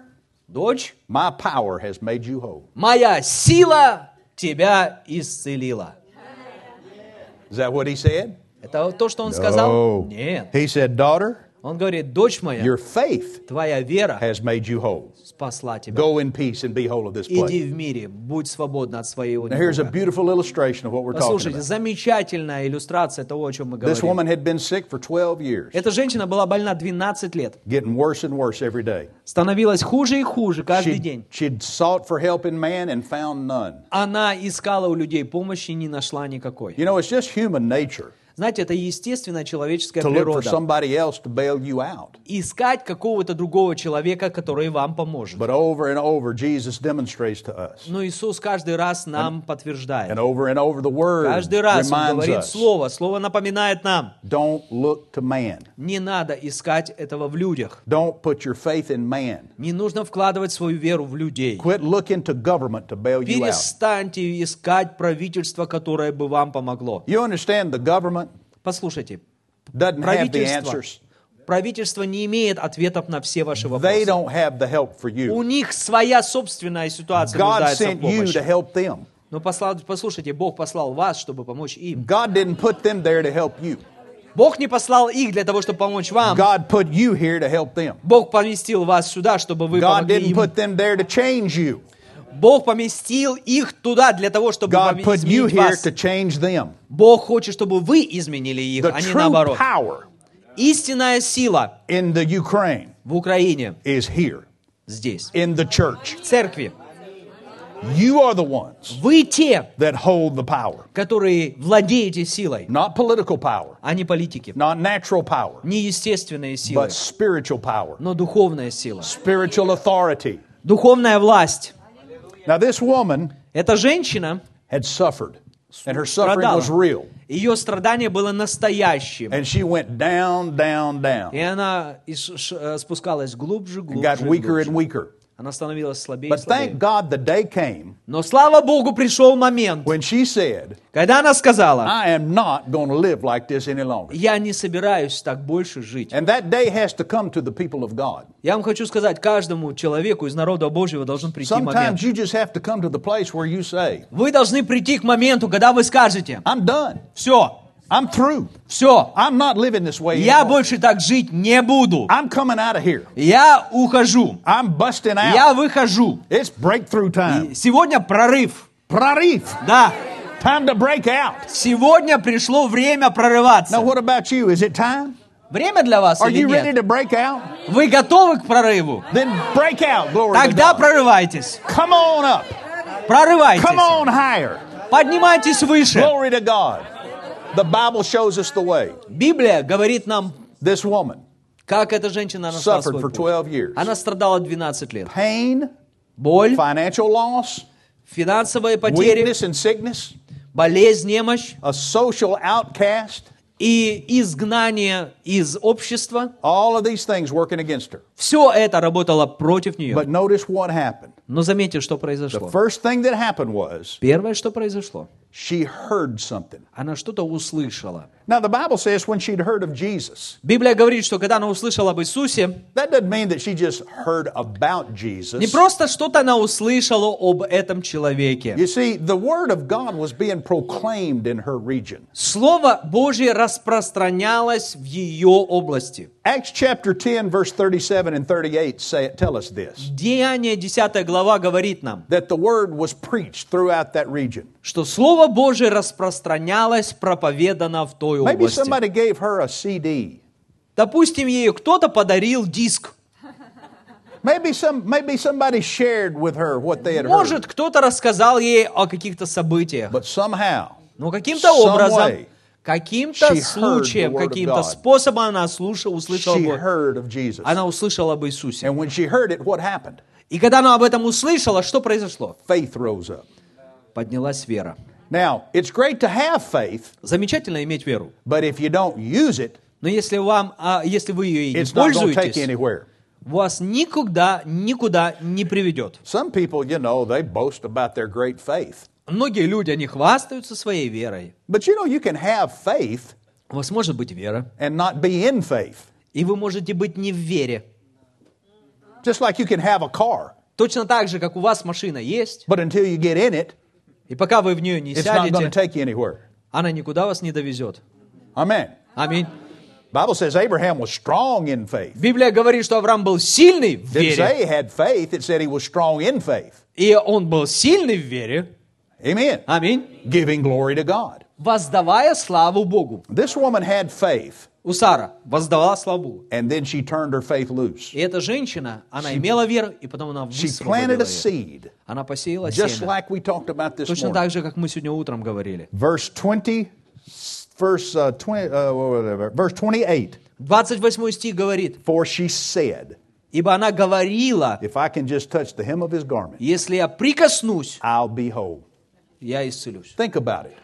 S2: дочь,
S1: my power has made you whole.
S2: моя сила тебя исцелила.
S1: Is that what he said?
S2: Это то, что он сказал?
S1: No.
S2: Нет.
S1: He said, Daughter,
S2: Он говорит, дочь моя,
S1: your faith
S2: Твоя вера
S1: has made you whole.
S2: спасла тебя.
S1: Go in peace and be whole of this plague.
S2: Иди в мире, будь свободна от своего
S1: Now, here's a
S2: недуга.
S1: beautiful illustration of what we're talking
S2: Послушайте,
S1: about.
S2: замечательная иллюстрация того, о чем мы
S1: This
S2: говорим.
S1: woman had been sick for 12 years,
S2: Эта женщина была больна 12 лет.
S1: getting worse and worse every day.
S2: Становилась хуже и хуже каждый
S1: She'd,
S2: день.
S1: she'd sought for help in man and found none.
S2: Она искала у людей помощи, не нашла никакой.
S1: You know, it's just human nature
S2: Знаете, это естественная человеческая
S1: to look for
S2: природа.
S1: somebody else to bail you out.
S2: Искать какого-то другого человека, который вам поможет.
S1: But over and over, Jesus demonstrates to us.
S2: Но Иисус каждый раз нам
S1: And
S2: подтверждает.
S1: over and over, the Word
S2: Каждый раз Он
S1: reminds
S2: говорит
S1: us
S2: Слово. Слово напоминает нам.
S1: don't look to man,
S2: Не надо искать этого в людях.
S1: don't put your faith in man.
S2: Не нужно вкладывать свою веру в людей.
S1: Quit looking to government to bail you out.
S2: Перестаньте искать правительство, которое бы вам помогло.
S1: You understand the government
S2: Послушайте,
S1: doesn't have the
S2: правительство,
S1: answers,
S2: правительство не имеет ответов на все ваши
S1: they
S2: вопросы.
S1: don't have the help for
S2: У
S1: you.
S2: них своя собственная ситуация
S1: God
S2: нуждается в
S1: sent you to
S2: помощи.
S1: help them.
S2: Но посла- послушайте, Бог послал вас, чтобы помочь им.
S1: God didn't put them there to help you.
S2: Бог не послал их для того, чтобы помочь вам.
S1: God put you here to help them.
S2: Бог поместил вас сюда, чтобы вы
S1: God
S2: помогли
S1: didn't
S2: им.
S1: put them there to change you.
S2: Бог поместил их туда для того, чтобы
S1: God
S2: поме-
S1: put you
S2: изменить
S1: here
S2: вас.
S1: to change them.
S2: Бог хочет, чтобы вы изменили их,
S1: The
S2: а не
S1: true
S2: наоборот.
S1: power
S2: Истинная сила
S1: in the Ukraine
S2: в Украине
S1: is here
S2: здесь,
S1: in the church.
S2: в церкви.
S1: You are the ones
S2: Вы те,
S1: that hold the power,
S2: которые владеете силой,
S1: not political power,
S2: а не политики.
S1: not natural power,
S2: Не естественные силы,
S1: but spiritual power,
S2: но духовная сила.
S1: spiritual authority.
S2: Духовная власть.
S1: Now, this woman
S2: Эта женщина
S1: had suffered, and her suffering
S2: страдала.
S1: was real.
S2: Ее страдание было настоящим.
S1: And she went down, down,
S2: И
S1: down,
S2: она и ш- ш- э, спускалась глубже,
S1: and got
S2: глубже,
S1: weaker
S2: глубже.
S1: and weaker.
S2: Она становилась слабее и
S1: But thank
S2: слабее.
S1: God the day came
S2: Но слава Богу, пришел момент,
S1: when А? she said,
S2: когда она сказала,
S1: I am not going to live like this any longer.
S2: я не собираюсь так больше жить.
S1: And that day has to come to the people of God.
S2: Я вам хочу сказать, каждому человеку из народа Божьего должен прийти момент.
S1: Sometimes you just have to come to the place where you say,
S2: Вы должны прийти к моменту, когда вы скажете,
S1: I'm done.
S2: все,
S1: I'm through.
S2: все,
S1: I'm not living this way
S2: я
S1: anymore.
S2: больше так жить не буду.
S1: I'm coming out of here.
S2: Я ухожу,
S1: I'm busting
S2: я
S1: out.
S2: выхожу.
S1: It's breakthrough time.
S2: Сегодня прорыв,
S1: Prarif.
S2: да.
S1: Time to break out.
S2: Сегодня пришло время прорываться.
S1: Now, what about you? Is it time?
S2: Время для вас
S1: Are
S2: или
S1: you ready
S2: нет?
S1: to break out?
S2: Вы готовы к прорыву?
S1: Then break out, glory to
S2: Тогда
S1: God.
S2: прорывайтесь,
S1: Come on up. Come
S2: прорывайтесь,
S1: on higher.
S2: поднимайтесь выше.
S1: Glory to God. The Bible shows us the way.
S2: Библия говорит нам,
S1: This woman
S2: как эта женщина нашла
S1: suffered
S2: свой
S1: for
S2: путь.
S1: 12 years.
S2: Она страдала 12 лет.
S1: Pain,
S2: Боль,
S1: financial loss,
S2: финансовые потери,
S1: weakness and sickness,
S2: болезнь, немощь
S1: a social outcast,
S2: и изгнание из общества.
S1: all of these things working against her.
S2: Все это работало против нее.
S1: But notice what happened.
S2: Но заметьте, что
S1: The
S2: произошло.
S1: first thing that happened was
S2: Первое, что произошло,
S1: she heard something.
S2: она что-то услышала.
S1: Now, the Bible says when she'd heard of Jesus,
S2: Библия говорит, что когда она услышала об Иисусе,
S1: that doesn't mean that she just heard about
S2: не
S1: Jesus.
S2: просто что-то она услышала об этом человеке.
S1: You see, the Word of God was being proclaimed in her region.
S2: Слово Божье распространялось в ее области.
S1: Acts chapter 10, verse 37 and 38 say, tell us this
S2: Деяние 10 глава говорит нам,
S1: that the Word was preached throughout that region.
S2: что Слово Божие распространялось, проповедано в той
S1: Maybe
S2: области.
S1: somebody gave her a CD.
S2: Допустим, ей кто-то подарил диск.
S1: Maybe, some, maybe somebody shared with her what they had heard.
S2: Может, кто-то рассказал ей о каких-то событиях.
S1: But somehow,
S2: Но каким-то
S1: some
S2: образом,
S1: way she
S2: каким-то
S1: heard the
S2: случаем,
S1: word of
S2: каким-то
S1: God.
S2: способом она слуша- услышала
S1: she
S2: Бога.
S1: heard of Jesus.
S2: Она услышала об Иисусе.
S1: And when she heard it, what happened?
S2: И когда она об этом услышала, что произошло?
S1: Faith rose up.
S2: Поднялась вера.
S1: Now, it's great to have faith,
S2: Замечательно иметь веру.
S1: but if you don't use it,
S2: Но если, вам, а, если вы ее и не
S1: it's not going to take you
S2: пользуетесь,
S1: anywhere.
S2: вас никуда, никуда не приведет.
S1: Some people, you know, they boast about their great faith.
S2: Многие люди, они хвастаются своей верой.
S1: But you know, you can have faith
S2: У вас может быть вера,
S1: and not be in faith.
S2: и вы можете быть не в вере.
S1: Just like you can have a car,
S2: Точно так же, как у вас машина есть,
S1: but until you get in it,
S2: и пока вы в нее не
S1: it's not going to
S2: сядете,
S1: take you anywhere.
S2: она никуда вас не довезет.
S1: Amen.
S2: Аминь.
S1: Bible says Abraham was strong in faith.
S2: Библия говорит, что Авраам был сильный в
S1: Didn't say
S2: вере,
S1: he had faith, it said he was strong in faith.
S2: и он был сильный в вере,
S1: Amen.
S2: аминь,
S1: Giving glory to God.
S2: воздавая славу Богу.
S1: This woman had faith,
S2: У Сара воздавала славу Богу.
S1: and then she turned her faith loose.
S2: И эта женщина, она имела веру, и потом она
S1: She
S2: высвободила
S1: planted a
S2: ее.
S1: seed,
S2: Она посеяла
S1: just
S2: семя.
S1: like we talked about this
S2: Точно
S1: morning.
S2: так же, как мы сегодня утром говорили.
S1: Verse 20, verse, uh, 20 uh, whatever, verse 28.
S2: 28 стих говорит,
S1: For she said,
S2: Ибо она говорила,
S1: If I can just touch the hem of his garment,
S2: если я прикоснусь,
S1: I'll be whole.
S2: я исцелюсь.
S1: Think about it.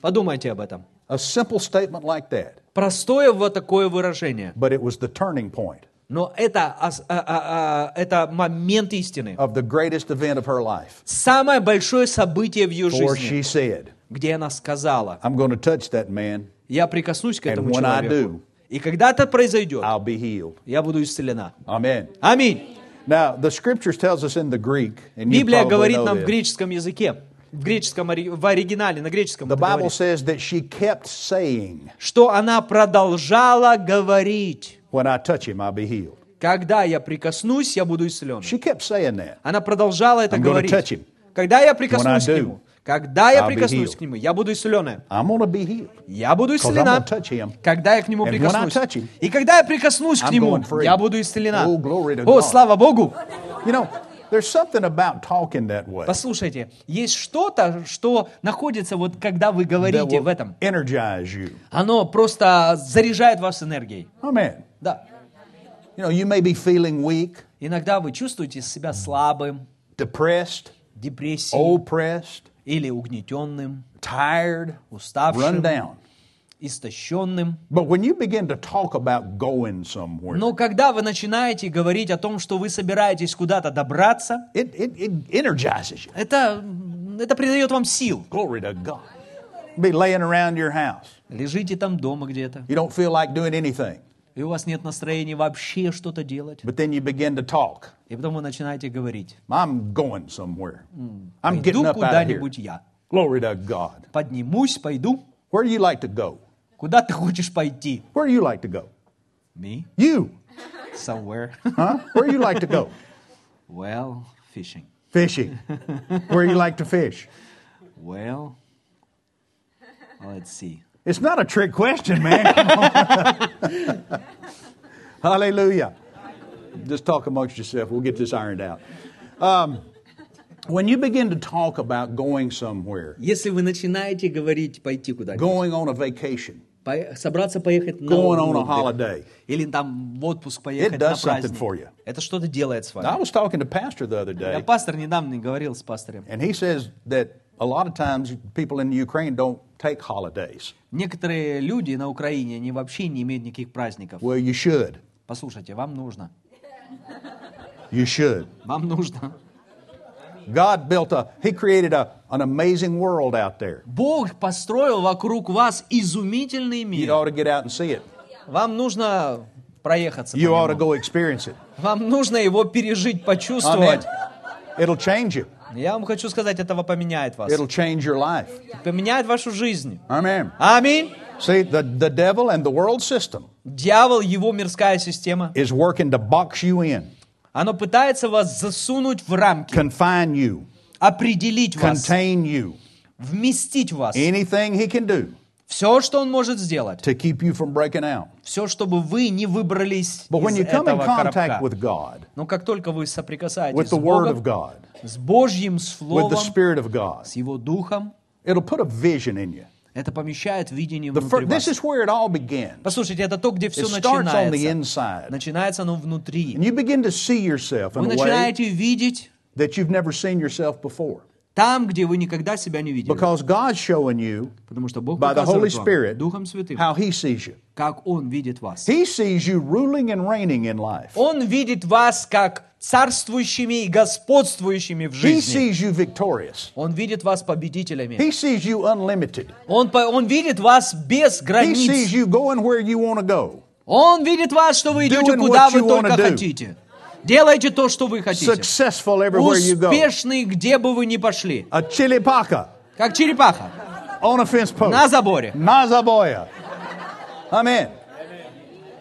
S2: Подумайте об этом.
S1: A simple statement like that,
S2: Простое вот такое выражение.
S1: but it was the turning point
S2: Но это, ос- а- а- а- это момент истины.
S1: of the greatest event of her life.
S2: Самое большое событие в ее
S1: For
S2: жизни,
S1: she said,
S2: где она сказала,
S1: I'm going to touch that man,
S2: я прикоснусь к этому
S1: when I
S2: человеку.
S1: do,
S2: И когда это произойдет,
S1: I'll be healed.
S2: я буду исцелена.
S1: Amen.
S2: Аминь.
S1: Now, the scriptures tells us in the Greek, and you
S2: Библия
S1: probably
S2: говорит
S1: know
S2: нам в
S1: this,
S2: греческом языке, в греческом, ори- в оригинале, на греческом,
S1: the
S2: это
S1: Bible
S2: говорит,
S1: says that she kept saying,
S2: что она продолжала говорить,
S1: When I touch him, I'll be healed.
S2: когда я прикоснусь, я буду исцелен.
S1: She kept saying that.
S2: Она продолжала это
S1: I'm gonna
S2: говорить.
S1: touch him.
S2: Когда я
S1: When I
S2: прикоснусь к
S1: do,
S2: нему, когда я
S1: I'll be
S2: прикоснусь
S1: healed.
S2: к нему, я буду исцеленная.
S1: I'm going to be healed.
S2: Я буду
S1: 'Cause I'm
S2: исцелена,
S1: gonna touch him.
S2: когда я к нему
S1: And when I
S2: прикоснусь.
S1: touch him,
S2: И когда я прикоснусь к
S1: I'm
S2: нему,
S1: going free.
S2: я буду исцелена.
S1: Oh, glory to
S2: О,
S1: God.
S2: слава Богу!
S1: You know, there's something about talking that way
S2: Послушайте, есть что-то, что находится вот когда вы
S1: that
S2: говорите в
S1: will
S2: этом.
S1: energize you.
S2: Оно просто заряжает вас энергией.
S1: Amen.
S2: Да.
S1: You know, you may be feeling weak,
S2: Иногда вы чувствуете себя слабым,
S1: depressed,
S2: депрессией
S1: oppressed,
S2: или угнетенным,
S1: tired, run
S2: уставшим,
S1: down.
S2: истощенным.
S1: But when you begin to talk about going somewhere,
S2: Но когда вы начинаете говорить о том, что вы собираетесь куда-то добраться,
S1: it, it, it energizes you.
S2: это, это придает вам сил.
S1: Glory to God. Be laying around your house.
S2: Лежите там дома где-то,
S1: You don't feel like doing anything,
S2: и у вас нет настроения вообще что-то делать.
S1: but then you begin to talk.
S2: И потом вы начинаете говорить,
S1: I'm going somewhere. I'm
S2: пойду
S1: getting up out of here.
S2: куда-нибудь я.
S1: Glory to God.
S2: Поднимусь, пойду.
S1: Where do you like to go?
S2: Куда ты хочешь пойти?
S1: Where do you like to go?
S2: Me?
S1: You,
S2: Somewhere.
S1: huh? Where do you like to go?
S2: Well, fishing.
S1: Fishing. Where you like to fish?
S2: Well, let's see.
S1: It's not a trick question, man. Hallelujah. Just talk amongst yourself. We'll get this ironed out. Um, when you begin to talk about going somewhere,
S2: Если вы начинаете говорить пойти куда-нибудь,
S1: going on a vacation,
S2: Пое- собраться поехать на
S1: Going on a
S2: отдых.
S1: holiday.
S2: Или там в отпуск поехать
S1: It
S2: на
S1: does something
S2: праздник.
S1: for you.
S2: Это что-то делает с
S1: Now, I
S2: вами.
S1: was talking to pastor the other
S2: Я
S1: day,
S2: пастор недавно говорил с пастором.
S1: and he says that a lot of times people in Ukraine don't take holidays.
S2: Некоторые люди на Украине, они вообще не имеют никаких праздников.
S1: Well, you should.
S2: Послушайте, вам нужно.
S1: You should.
S2: Вам нужно.
S1: God built a, He created a, an amazing world out there.
S2: Бог построил вокруг вас изумительный
S1: You
S2: мир.
S1: ought to get out and see it.
S2: Вам нужно проехаться. по
S1: You ought to
S2: нему.
S1: go experience it.
S2: Вам нужно его пережить,
S1: Amen.
S2: почувствовать.
S1: It'll change you.
S2: Я вам хочу сказать, этого поменяет вас.
S1: It'll change your life.
S2: Поменяет вашу жизнь.
S1: Amen.
S2: Аминь.
S1: See, the, the devil and the world system
S2: Дьявол, его мирская система,
S1: is working to box you in,
S2: она пытается вас засунуть в рамки,
S1: confine you,
S2: определить вас,
S1: contain you.
S2: вместить вас.
S1: Anything he can do
S2: Все, что он может сделать,
S1: to keep you from breaking out.
S2: все, чтобы вы не выбрались
S1: But when
S2: из
S1: you come in
S2: этого
S1: contact
S2: коробка.
S1: with God,
S2: Но как только вы соприкасаетесь
S1: with
S2: с
S1: the Word of
S2: Богом,
S1: God,
S2: с Божьим
S1: with the
S2: Словом,
S1: Spirit of God,
S2: с Его Духом,
S1: it'll put a vision in you.
S2: это помещает видение
S1: The
S2: внутри
S1: fir- this
S2: вас.
S1: is where it all begins.
S2: Послушайте, это то, где все
S1: It starts on the
S2: начинается.
S1: inside.
S2: Начинается оно
S1: And
S2: внутри.
S1: you begin to see yourself
S2: Вы
S1: in a way
S2: начинаете видеть
S1: that you've never seen yourself before.
S2: там, где вы никогда себя не видели.
S1: Because God's showing you
S2: Потому что Бог
S1: by the Holy
S2: показывает вам,
S1: Spirit
S2: Духом Святым,
S1: how He sees you.
S2: как Он видит вас.
S1: He sees you ruling and reigning in life.
S2: Он видит вас как царствующими и господствующими в
S1: He
S2: жизни.
S1: sees you victorious.
S2: Он видит вас победителями.
S1: He sees you unlimited.
S2: Он, по- он видит вас
S1: He
S2: без
S1: sees
S2: границ.
S1: you going where you want to go,
S2: Он видит вас, что вы идете,
S1: Doing
S2: куда
S1: what
S2: вы
S1: you
S2: только
S1: wanna do.
S2: хотите. Делайте то, что вы хотите.
S1: successful everywhere you go.
S2: Успешные, где бы вы ни пошли.
S1: A chilipaca
S2: Как черепаха
S1: on a fence post.
S2: на заборе.
S1: Nazaboya. Amen.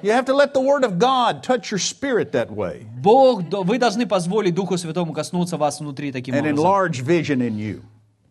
S1: You have to let the Word of God touch your spirit that way
S2: Бог, до- вы должны позволить Духу Святому коснуться вас внутри таким
S1: and
S2: образом.
S1: enlarge vision in you.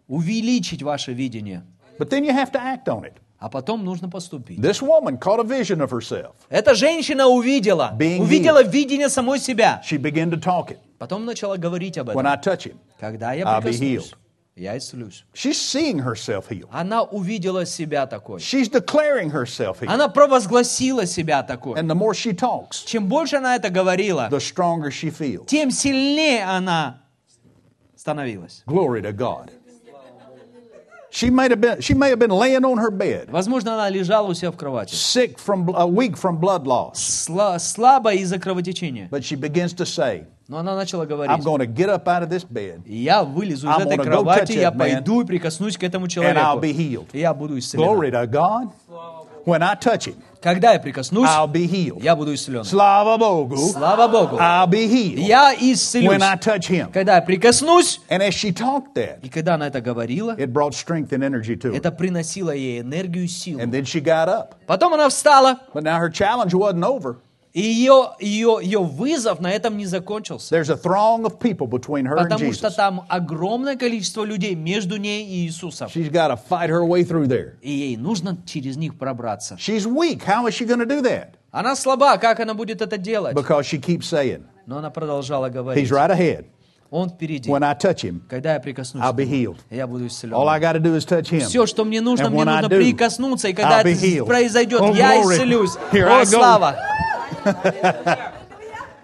S2: Увеличить ваше видение.
S1: But then you have to act on it.
S2: А потом нужно поступить.
S1: This woman caught a vision of herself.
S2: Эта женщина увидела,
S1: Being
S2: увидела видение самой себя.
S1: She began to talk it
S2: Потом начала говорить об
S1: when
S2: этом.
S1: I touch him.
S2: Когда я
S1: I'll be
S2: прикоснусь,
S1: healed.
S2: я исцелюсь.
S1: She's seeing herself healed.
S2: Она увидела себя такой.
S1: She's declaring herself healed.
S2: Она провозгласила себя такой.
S1: And the more she talks,
S2: Чем больше она это говорила,
S1: the stronger she feels.
S2: тем сильнее она становилась.
S1: Glory to God. She may have been, she may have been laying on her bed,
S2: Возможно, она лежала у себя в кровати.
S1: sick from, uh, weak from blood loss.
S2: Сла- слабо из-за кровотечения.
S1: But she begins to say,
S2: Но она начала
S1: I'm
S2: говорить.
S1: going to get up out of this bed
S2: Я вылезу из
S1: I'm
S2: этой
S1: gonna go
S2: кровати,
S1: touch
S2: я
S1: it, man.
S2: пойду и прикоснусь к этому
S1: and I'll
S2: человеку.
S1: be healed.
S2: И я буду исцелен.
S1: Glory to God. When I touch him,
S2: Когда я прикоснусь,
S1: I'll be healed.
S2: я буду исцелен.
S1: Slava Bogu,
S2: Слава Богу.
S1: I'll be healed
S2: Я исцелюсь.
S1: when I touch him.
S2: Когда я прикоснусь,
S1: And as she talked that,
S2: и когда она это говорила,
S1: it brought strength and energy to her.
S2: это приносило ей энергию и силу.
S1: And then she got up.
S2: Потом она встала,
S1: But now her challenge wasn't over.
S2: и ее, ее, ее вызов на этом не закончился.
S1: There's a throng of people between her and
S2: Потому что
S1: Jesus.
S2: там огромное количество людей между ней и Иисусом.
S1: She's got to fight her way through there.
S2: И ей нужно через них пробраться.
S1: She's weak. How is she going to do that?
S2: Она слаба, как она будет это делать?
S1: Because she keeps saying,
S2: Но она продолжала говорить.
S1: He's right ahead.
S2: Он впереди.
S1: When I touch him,
S2: Когда я прикоснусь,
S1: I'll
S2: к
S1: be
S2: нему,
S1: healed.
S2: я буду
S1: All I
S2: исцелен.
S1: got to do is touch him.
S2: Все, что мне нужно,
S1: And
S2: мне
S1: when I
S2: нужно
S1: do,
S2: прикоснуться, и когда
S1: I'll be
S2: это
S1: healed.
S2: произойдет,
S1: Oh,
S2: я
S1: glory.
S2: исцелюсь.
S1: Here I
S2: О,
S1: go.
S2: слава!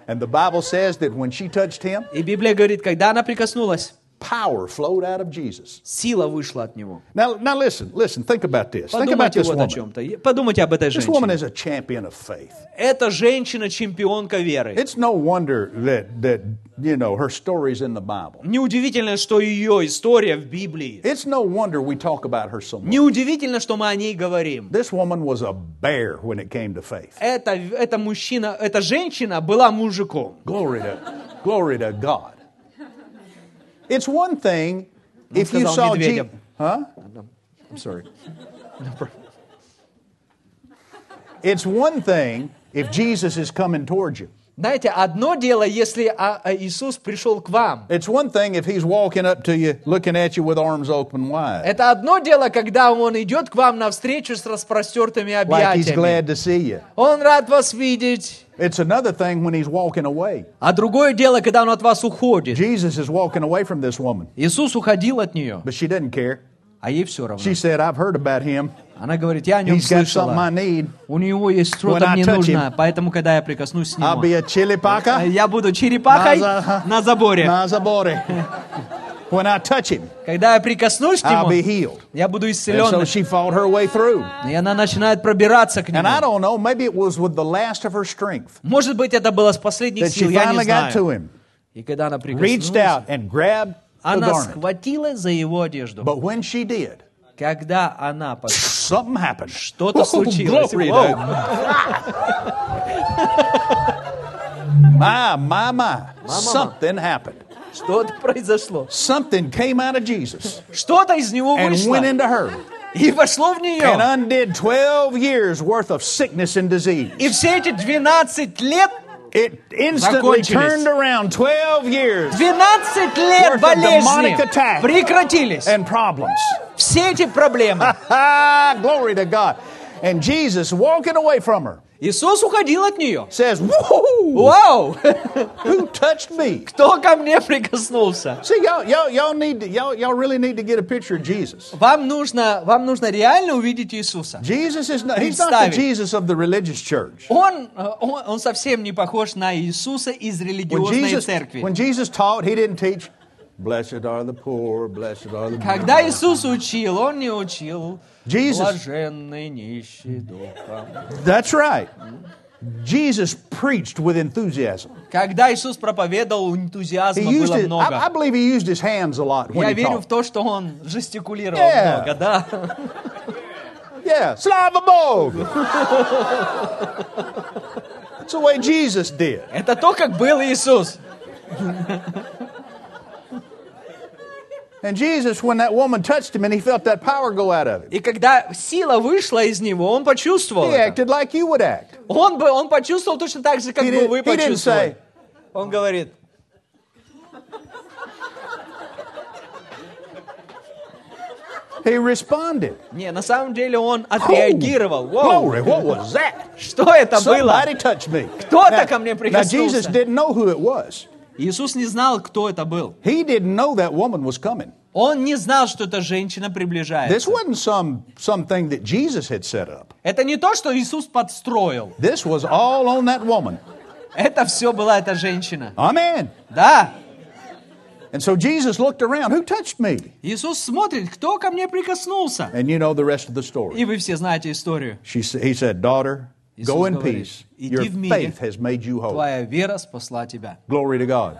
S1: And the Bible says that when she touched him,
S2: И Библия говорит, когда она прикоснулась,
S1: power flowed out of Jesus.
S2: сила вышла от него.
S1: Now, now listen, listen, think about this. Think about
S2: Подумайте
S1: this
S2: вот о
S1: woman.
S2: чем-то. Подумайте об этой
S1: This woman
S2: женщине.
S1: is a champion of faith.
S2: Эта женщина чемпионка веры.
S1: It's no wonder that that you know her story's in the Bible.
S2: Неудивительно, что ее история в Библии.
S1: It's no wonder we talk about her so much.
S2: Неудивительно, что мы о ней говорим.
S1: This woman was a bear when it came to faith.
S2: Эта, эта мужчина, эта женщина была мужиком.
S1: Glory to glory to God. It's one thing if you
S2: сказал
S1: saw Jesus.
S2: медведям.
S1: Huh?
S2: I'm sorry.
S1: It's one thing if Jesus is coming towards you.
S2: Знаете, одно дело, если а, а, Иисус пришел к вам.
S1: It's one thing if he's walking up to you, looking at you with arms open wide,
S2: Это одно дело, когда Он идет к вам навстречу с распростертыми
S1: like he's
S2: объятиями.
S1: glad to see you.
S2: Он рад вас видеть.
S1: It's another thing when he's walking away.
S2: А другое дело, когда Он от вас уходит.
S1: Jesus is walking away from this woman,
S2: Иисус уходил от нее,
S1: but she doesn't care.
S2: а ей все равно.
S1: She said, I've heard about him.
S2: Она говорит, я о нем
S1: He's got something I
S2: слышала.
S1: need.
S2: У него есть
S1: When
S2: что-то
S1: I
S2: мне
S1: touch
S2: нужно, поэтому, когда я прикоснусь к
S1: I'll be
S2: нему,
S1: a chilipaka
S2: я буду черепахой
S1: На за-
S2: на заборе.
S1: nazabore. when I touch him,
S2: Когда я прикоснусь к
S1: I'll be
S2: нему,
S1: healed.
S2: я буду
S1: And so
S2: исцелен.
S1: she fought her way through.
S2: И она начинает пробираться к
S1: And I
S2: нему.
S1: don't know, maybe it was with the last of her strength
S2: Может быть, это было с последних
S1: that she
S2: сил, я не
S1: finally got to
S2: знаю.
S1: him,
S2: И когда она
S1: reached
S2: прикоснулась,
S1: out and grabbed the
S2: она
S1: garment.
S2: схватила за его одежду.
S1: But when she did,
S2: Когда она... под-
S1: something happened.
S2: Что-то случилось.
S1: glory
S2: Whoa.
S1: My, my, my. Something happened.
S2: Что-то произошло.
S1: Something came out of Jesus
S2: Что-то из него
S1: and
S2: вышло
S1: went into her
S2: и вошло в
S1: and
S2: нее.
S1: undid 12 years worth of sickness and disease.
S2: И все эти 12 лет,
S1: It instantly
S2: Закончились.
S1: turned around 12 years
S2: 12
S1: Worth of
S2: лет болезни
S1: demonic attack.
S2: прекратились.
S1: and problems.
S2: Все эти проблемы.
S1: Ah, glory to God. And Jesus walking away from her
S2: Иисус уходил от нее.
S1: says, Whoa,
S2: Вау!
S1: who touched me?
S2: Кто ко мне прикоснулся?
S1: See, y'all, y'all, y'all need to, y'all, y'all really need to get a picture of Jesus.
S2: Вам нужно, вам нужно реально увидеть Иисуса.
S1: Jesus is not, he's not the
S2: Представить.
S1: Jesus of the religious church.
S2: Он, э, он, он совсем не похож на Иисуса из
S1: When
S2: религиозной
S1: Jesus,
S2: церкви.
S1: when Jesus taught, he didn't teach, blessed are the poor, blessed are the
S2: Когда Иисус учил, он не учил.
S1: Jesus.
S2: Блаженный нищий духом.
S1: That's right. Jesus preached with enthusiasm.
S2: Когда Иисус проповедовал,
S1: He
S2: энтузиазма
S1: used
S2: было
S1: his, I, I
S2: много.
S1: believe he used his hands a lot when
S2: Я
S1: he
S2: верю в
S1: talked.
S2: то, что он жестикулировал
S1: Yeah.
S2: много, да.
S1: Yeah, Slava Bog. That's the way Jesus did.
S2: Это то, как был Иисус.
S1: And Jesus, when that woman touched him and he felt that power go out of him,
S2: И когда сила вышла из него, он почувствовал
S1: he
S2: это.
S1: acted like you would act.
S2: Он, бы, он почувствовал точно так же, как
S1: He
S2: бы вы
S1: didn't, he didn't say,
S2: почувствовали. Он говорит,
S1: he responded.
S2: не, на самом деле он отреагировал. Воу,
S1: Glory, what was that?
S2: что это было?
S1: Somebody touched me.
S2: Кто-то ко мне
S1: now, Jesus
S2: прикоснулся.
S1: didn't know who it was.
S2: Иисус не знал, кто это был.
S1: He didn't know that woman was coming.
S2: Он не знал, что эта женщина
S1: This
S2: приближается.
S1: wasn't some something that Jesus had set up.
S2: Это не то, что Иисус подстроил.
S1: This was all on that woman.
S2: Это все была эта женщина.
S1: Amen.
S2: Да,
S1: And so Jesus looked around. Who touched me?
S2: Иисус смотрит, кто ко мне прикоснулся.
S1: And you know the rest of the
S2: И
S1: story.
S2: вы все знаете историю.
S1: She, sa- he said, Daughter, go
S2: Иисус
S1: in
S2: говорит,
S1: peace.
S2: «Иди
S1: Your
S2: в мире.
S1: faith has made you whole.
S2: Твоя вера спасла тебя.
S1: Glory to God.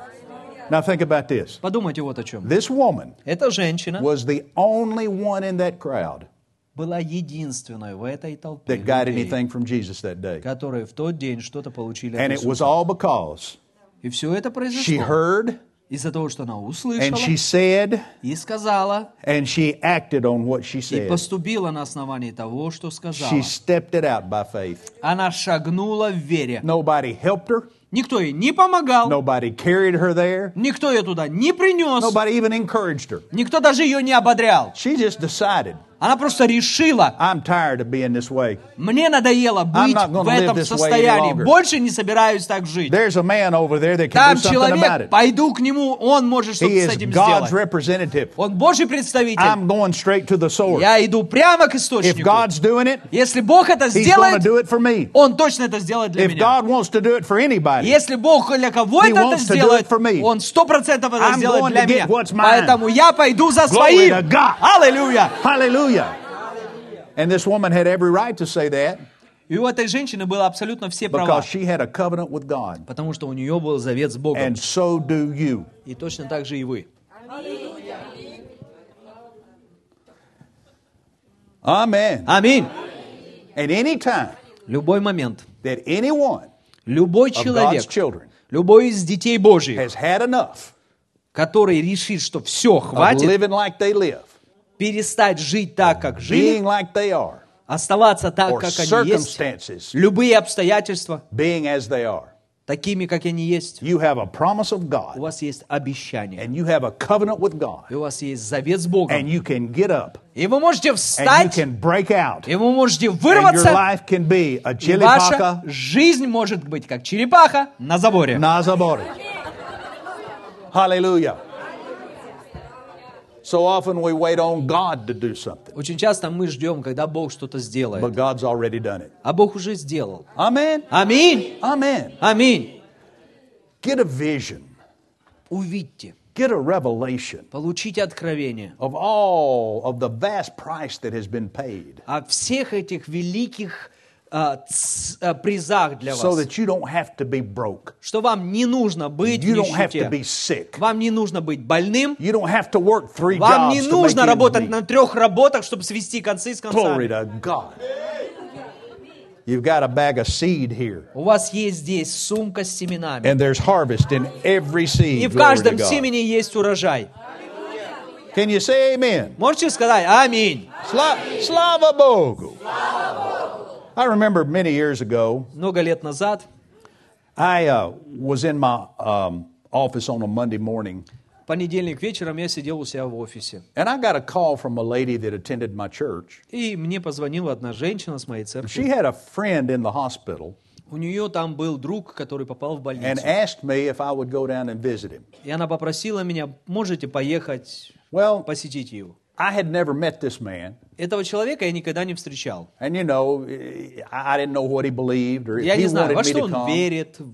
S1: Now think about this.
S2: Подумайте вот о чем.
S1: This woman
S2: Эта женщина
S1: was the only one in that crowd
S2: была единственной в этой толпе
S1: that got
S2: людей,
S1: anything from Jesus that day.
S2: которые в тот день что-то получили от
S1: And it was
S2: Иисуса.
S1: all because
S2: И все это
S1: she
S2: произошло
S1: heard
S2: из-за того, что она
S1: and
S2: услышала
S1: she said
S2: и сказала,
S1: and she acted on what she
S2: и
S1: said.
S2: поступила на основании того, что сказала.
S1: She stepped it out by faith.
S2: Она шагнула в вере.
S1: Nobody helped her.
S2: Никто ей не помогал,
S1: Nobody carried her there.
S2: никто ее туда не принес,
S1: Nobody even encouraged her.
S2: никто даже ее не ободрял.
S1: She just decided,
S2: Она просто решила,
S1: I'm tired of being this way.
S2: Мне надоело быть
S1: not gonna
S2: в
S1: live
S2: этом
S1: this way any
S2: состоянии.
S1: longer.
S2: Больше не собираюсь так жить.
S1: There's a man over there that can
S2: Там
S1: do something about
S2: человек,
S1: it.
S2: пойду к нему, он может что-то
S1: He
S2: с
S1: is
S2: этим
S1: God's
S2: сделать.
S1: representative.
S2: Он Божий представитель.
S1: I'm going straight to the source.
S2: Я иду прямо к
S1: If
S2: источнику.
S1: God's doing it,
S2: Если Бог это
S1: He's going to
S2: сделает,
S1: do it for me.
S2: Он точно это сделает для
S1: If
S2: меня.
S1: God wants to do it for anybody,
S2: Если Бог для
S1: He
S2: кого-то
S1: wants to do
S2: это
S1: it
S2: сделает,
S1: for me.
S2: Он сто процентов это
S1: I'm going
S2: сделает
S1: to
S2: для
S1: get
S2: меня.
S1: what's mine.
S2: Поэтому я пойду за
S1: Glory
S2: своим.
S1: to God.
S2: Аллилуйя!
S1: hallelujah. And this woman had every right to say that
S2: И у этой женщины было абсолютно все права.
S1: because she had a covenant with God.
S2: Потому что у нее был завет с Богом.
S1: And so do you.
S2: И точно так же и вы.
S1: Amen.
S2: Аминь.
S1: And any time
S2: Любой момент.
S1: that anyone
S2: Любой
S1: of God's
S2: человек,
S1: children
S2: любой из детей Божьих,
S1: has had enough
S2: который решит, что все,
S1: of
S2: хватит,
S1: living like they live,
S2: перестать жить так, как жили,
S1: being like they are,
S2: оставаться так,
S1: or
S2: как они есть,
S1: circumstances
S2: любые обстоятельства,
S1: being as they are,
S2: такими, как они есть,
S1: you have a promise of
S2: у
S1: God
S2: вас есть обещание,
S1: and you have a covenant with God
S2: и у вас есть завет с
S1: and
S2: Богом.
S1: you can get up
S2: И вы можете
S1: and you
S2: встать,
S1: can break out
S2: и вы можете
S1: and your
S2: вырваться,
S1: life can be a
S2: и ваша
S1: chilipaka
S2: жизнь может быть как черепаха на заборе.
S1: nazabori. Hallelujah. So often we wait on God to do something,
S2: Очень часто мы ждем, когда Бог что-то
S1: but
S2: сделает.
S1: God's already done it.
S2: А Бог уже сделал.
S1: Amen.
S2: Аминь.
S1: Amen.
S2: Аминь.
S1: Get a vision,
S2: Увидьте,
S1: get a revelation
S2: получите откровение
S1: of all of the vast price that has been paid
S2: о всех этих великих а, ц- а, призах для
S1: so
S2: вас.
S1: that you don't have to be broke.
S2: Что вам не нужно быть в
S1: You don't have to be
S2: нищете.
S1: sick.
S2: Вам не нужно быть больным.
S1: You don't have to work three jobs.
S2: Вам не
S1: to make
S2: нужно
S1: ends
S2: работать
S1: meet.
S2: на трех работах, чтобы свести концы с
S1: Glory
S2: концами.
S1: to God. You've got a bag of seed here,
S2: У вас есть здесь сумка с семенами.
S1: and there's harvest in every seed.
S2: И в
S1: Glory
S2: каждом
S1: to God.
S2: семени есть урожай.
S1: Can you say amen?
S2: Можете сказать «Аминь».
S1: Sla- Slava Bogu. I remember many years ago,
S2: Много лет назад
S1: I uh, was in my um, office on a Monday morning,
S2: В понедельник вечером я сидел у себя в офисе.
S1: and I got a call from a lady that attended my church.
S2: И мне позвонила одна женщина с моей церкви.
S1: She had a friend in the hospital
S2: У нее там был друг, который попал в
S1: and
S2: больницу.
S1: asked me if I would go down and visit him.
S2: И она попросила меня, можете поехать
S1: Well,
S2: посетить его.
S1: I had never met this man.
S2: Этого человека я никогда не встречал.
S1: And you know, I I didn't know what he believed or if
S2: Я
S1: he
S2: не знаю,
S1: wanted
S2: во
S1: me
S2: что
S1: to
S2: он
S1: come.
S2: верит, в-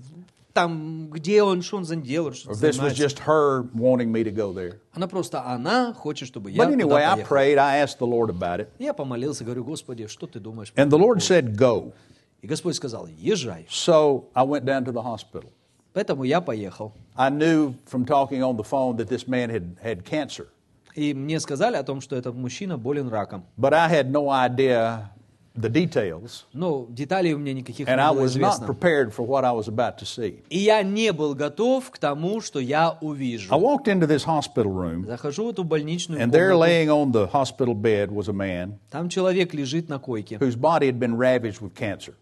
S2: там, где он, что он за ним делает, что
S1: Or if this was
S2: занимается.
S1: just her wanting me to go there.
S2: Она просто, она хочет, чтобы я
S1: But
S2: туда
S1: anyway, I
S2: поехал.
S1: prayed. I asked the Lord about it.
S2: Я помолился, говорю, Господи, что ты думаешь? по
S1: And the
S2: этому
S1: Lord
S2: поводу?»
S1: said, go.
S2: И Господь сказал, езжай.
S1: So I went down to the hospital.
S2: Поэтому я поехал.
S1: I knew from talking on the phone that this man had, had cancer,
S2: И мне сказали о том, что этот мужчина болен раком.
S1: but I had no idea the details,
S2: Но деталей у меня никаких
S1: and I
S2: не было
S1: was not
S2: известно.
S1: prepared for what I was about to see.
S2: И я не был готов к тому, что я увижу.
S1: I walked into this hospital room,
S2: Захожу в эту больничную
S1: and there
S2: комнату.
S1: laying on the hospital bed was a man
S2: Там человек лежит на койке,
S1: whose body had been ravaged with cancer.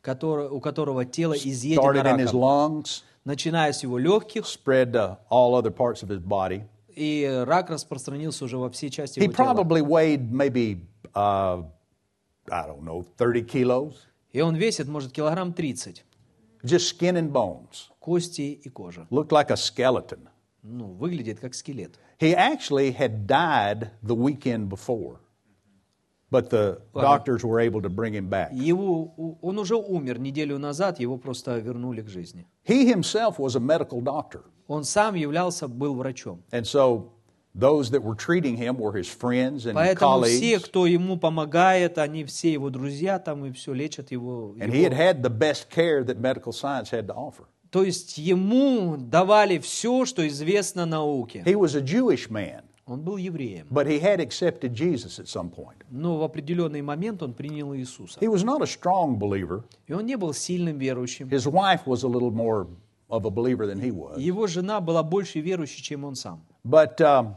S2: который- у которого тело изъедено
S1: started in his
S2: раком.
S1: lungs,
S2: Начиная с его легких,
S1: spread to all other parts of his body.
S2: и рак распространился уже во все части
S1: He
S2: его тела.
S1: probably weighed maybe, uh, I don't know, 30 kilos,
S2: И он весит, может, килограмм 30.
S1: just skin and bones.
S2: Кости и кожа.
S1: Looked like a skeleton.
S2: Ну, выглядит как скелет.
S1: He actually had died the weekend before, but the doctors were able to bring him back.
S2: Его, у- он уже умер неделю назад, его просто вернули к жизни.
S1: He himself was a medical doctor,
S2: Он сам являлся, был врачом.
S1: and so those that were treating him were his friends and
S2: Поэтому все,
S1: colleagues.
S2: кто ему помогает, они все его друзья там и все лечат его.
S1: And
S2: его.
S1: he had had the best care that medical science had to offer.
S2: То есть ему давали все, что известно науке.
S1: He was a Jewish man.
S2: Он был евреем,
S1: But he had accepted Jesus at some point.
S2: но в определенный момент он принял Иисуса.
S1: He was not a strong believer.
S2: И он не был сильным верующим.
S1: His wife was a little more of a believer than he was.
S2: Его жена была больше верующей, чем он сам.
S1: But um,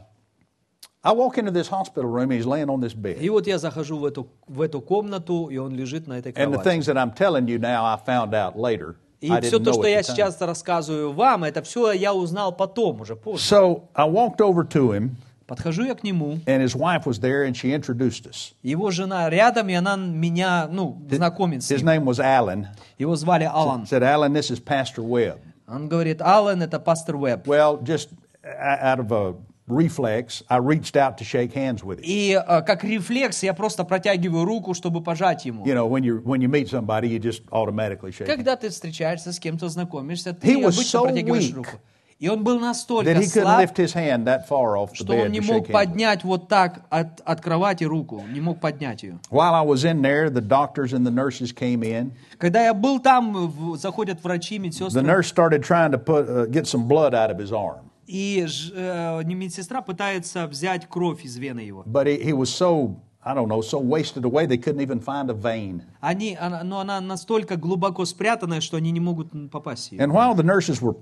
S1: I walk into this hospital room, he's laying on this bed.
S2: И вот я захожу в эту, в эту комнату, и он лежит на этой
S1: And the
S2: кровати.
S1: things that I'm telling you now, I found out later.
S2: И
S1: I
S2: все
S1: didn't
S2: то,
S1: know
S2: что
S1: at
S2: я
S1: the time.
S2: сейчас рассказываю вам, это все я узнал потом, уже позже.
S1: So I walked over to him,
S2: Подхожу я к нему,
S1: and his wife was there, and she introduced us.
S2: его жена рядом, и она меня, ну, знакомит с
S1: His
S2: ним.
S1: name was Alan.
S2: Его звали Алан.
S1: Said, Alan, this is Pastor Webb.
S2: Он говорит, Алан, это пастор Веб.
S1: Well, just o- out of a reflex, I reached out to shake hands with him.
S2: И э, как рефлекс я просто протягиваю руку, чтобы пожать ему.
S1: You know, when you when you meet somebody, you just automatically shake.
S2: Когда ты встречаешься с кем-то, знакомишься, ты
S1: Э, He was
S2: обычно
S1: so
S2: протягиваешь
S1: weak
S2: руку. И он был
S1: that
S2: настолько
S1: he couldn't
S2: слаб,
S1: lift his hand that far off the
S2: что он
S1: bed
S2: не
S1: to shake
S2: мог
S1: hands. with.
S2: поднять вот так от, от кровати руку, не мог поднять ее.
S1: While I was in there, the doctors and the nurses came in.
S2: Когда я был там, в- заходят врачи,
S1: The
S2: медсестры,
S1: nurse started trying to put uh, get some blood out of his arm,
S2: и ж- э, не медсестра пытается взять кровь из вены его.
S1: but he, he was so I don't know so wasted away they couldn't even find a vein.
S2: Они, она, но она настолько глубоко спрятанная, что они не могут м, попасть в её.
S1: And while the nurses were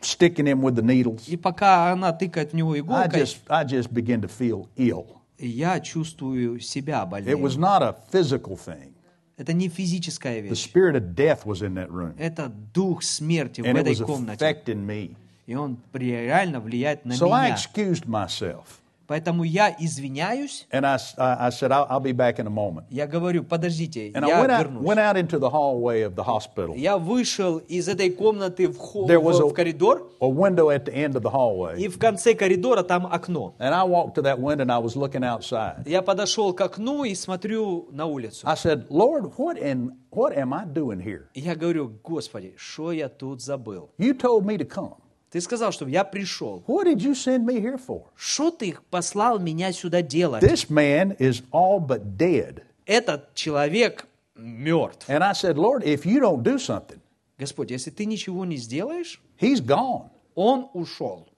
S1: sticking him with the needles,
S2: И пока она тыкает в него
S1: I
S2: иголкой,
S1: just I just began to feel ill.
S2: я чувствую себя
S1: It was
S2: больным.
S1: not a physical thing.
S2: Это не физическая
S1: The
S2: вещь.
S1: spirit of death was in that room,
S2: Это дух смерти в
S1: and it
S2: этой
S1: was
S2: комнате.
S1: affecting me.
S2: И он при- реально влияет на
S1: So I
S2: меня.
S1: excused myself.
S2: Поэтому я извиняюсь.
S1: And I, s- I- I said, I'll, I'll be back in a moment.
S2: Я говорю, подождите,
S1: And I
S2: я
S1: went out,
S2: вернусь.
S1: went out into the hallway of the hospital,
S2: Я вышел из этой комнаты в, хо-
S1: There was
S2: в-
S1: a-
S2: в коридор,
S1: a window at the end of the hallway.
S2: и в конце коридора там окно.
S1: And I walked to that window and I was looking outside.
S2: Я подошел к окну и смотрю на улицу.
S1: I said, Lord, what, in, what am I doing here?
S2: И Я говорю, Господи, что я тут забыл?
S1: You told me to come.
S2: Ты сказал, чтобы я пришел.
S1: What did you send me here for?
S2: Что ты послал меня сюда делать?
S1: This man is all but dead.
S2: Этот человек мертв.
S1: And I said, Lord, if you don't do something,
S2: Господь, если ты ничего не сделаешь,
S1: he's gone.
S2: он ушел.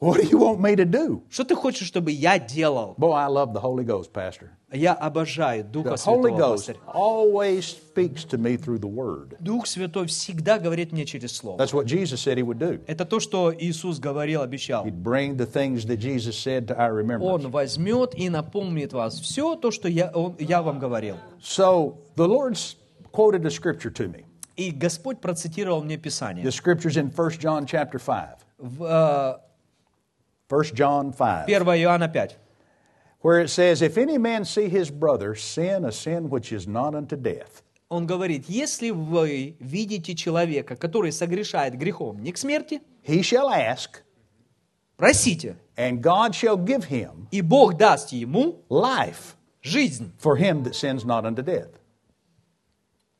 S1: What do you want me to do?
S2: Что ты хочешь, чтобы я делал?
S1: Boy, I love the Holy Ghost, Pastor.
S2: Я обожаю Духа
S1: The Holy
S2: Святого,
S1: Ghost
S2: пастырь.
S1: always speaks to me through the Word.
S2: Дух Святой всегда говорит мне через Слово.
S1: That's what Jesus said He would do.
S2: Это то, что Иисус говорил, обещал.
S1: He'd bring the things that Jesus said to our remembrance.
S2: Он возьмет и напомнит вас все то, что я, он- я вам говорил.
S1: So the Lord s- quoted a scripture to me.
S2: И Господь процитировал мне Писание.
S1: The scripture's in 1 John chapter 5.
S2: В, э,
S1: 1 John 5,
S2: 1 Иоанна 5.
S1: where it says, If any man see his brother sin a sin which is not unto death,
S2: Он говорит, если вы видите человека, который согрешает грехом не к смерти,
S1: he shall ask,
S2: просите,
S1: and God shall give him
S2: и Бог даст ему
S1: life
S2: жизнь.
S1: for him that sins not unto death.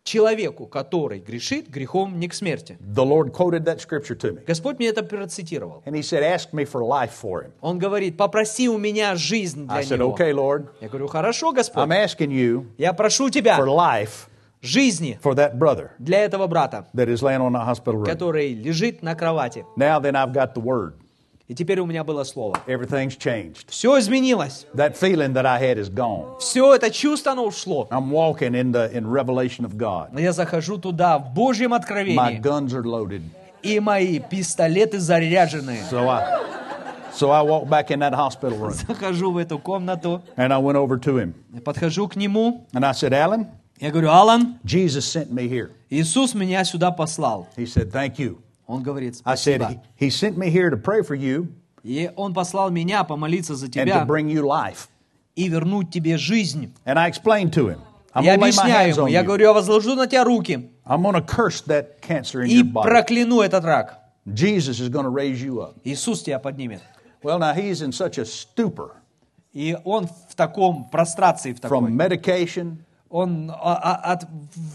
S2: Человеку, который грешит грехом не к смерти.
S1: The Lord quoted that scripture to me.
S2: Господь мне это процитировал.
S1: And he said, Ask me for life for him.
S2: Он говорит, попроси у меня жизнь для
S1: I said,
S2: него.
S1: Okay, Lord,
S2: Я говорю, хорошо, Господь,
S1: I'm asking you
S2: я прошу тебя
S1: for life
S2: жизни
S1: for that brother
S2: для этого брата,
S1: that is laying on the hospital room.
S2: который lежит на кровати.
S1: Now then, I've got the word.
S2: И теперь у меня было слово.
S1: Everything's changed.
S2: Все изменилось.
S1: That feeling that I had is gone.
S2: Все это чувство, оно ушло.
S1: I'm walking in the in revelation of God.
S2: Я захожу туда в Божьем
S1: My
S2: откровении,
S1: guns are loaded,
S2: и мои пистолеты заряжены.
S1: so I so I walked back in that hospital room
S2: Захожу в эту комнату,
S1: and I went over to him
S2: подхожу к нему.
S1: and I said, "Alan,
S2: Я говорю, Алан,
S1: Jesus sent me here."
S2: Иисус меня сюда послал.
S1: He said, "Thank you."
S2: Он говорит,
S1: I said,
S2: спасибо.
S1: "He, he sent me here to pray for you
S2: И Он послал меня помолиться за
S1: and to
S2: тебя
S1: bring you life."
S2: и вернуть тебе жизнь.
S1: And I explained to him, "I'm
S2: Я
S1: going to lay my
S2: объясняю
S1: hands
S2: ему,
S1: on
S2: я
S1: you.
S2: говорю, я возложу на тебя руки
S1: I'm going to curse that cancer in
S2: и
S1: your body.
S2: прокляну этот рак.
S1: Jesus is going to raise you up."
S2: Иисус тебя поднимет.
S1: Well, now he's in such a stupor
S2: И он в таком прострации, в такой.
S1: from medication.
S2: Он а, а, от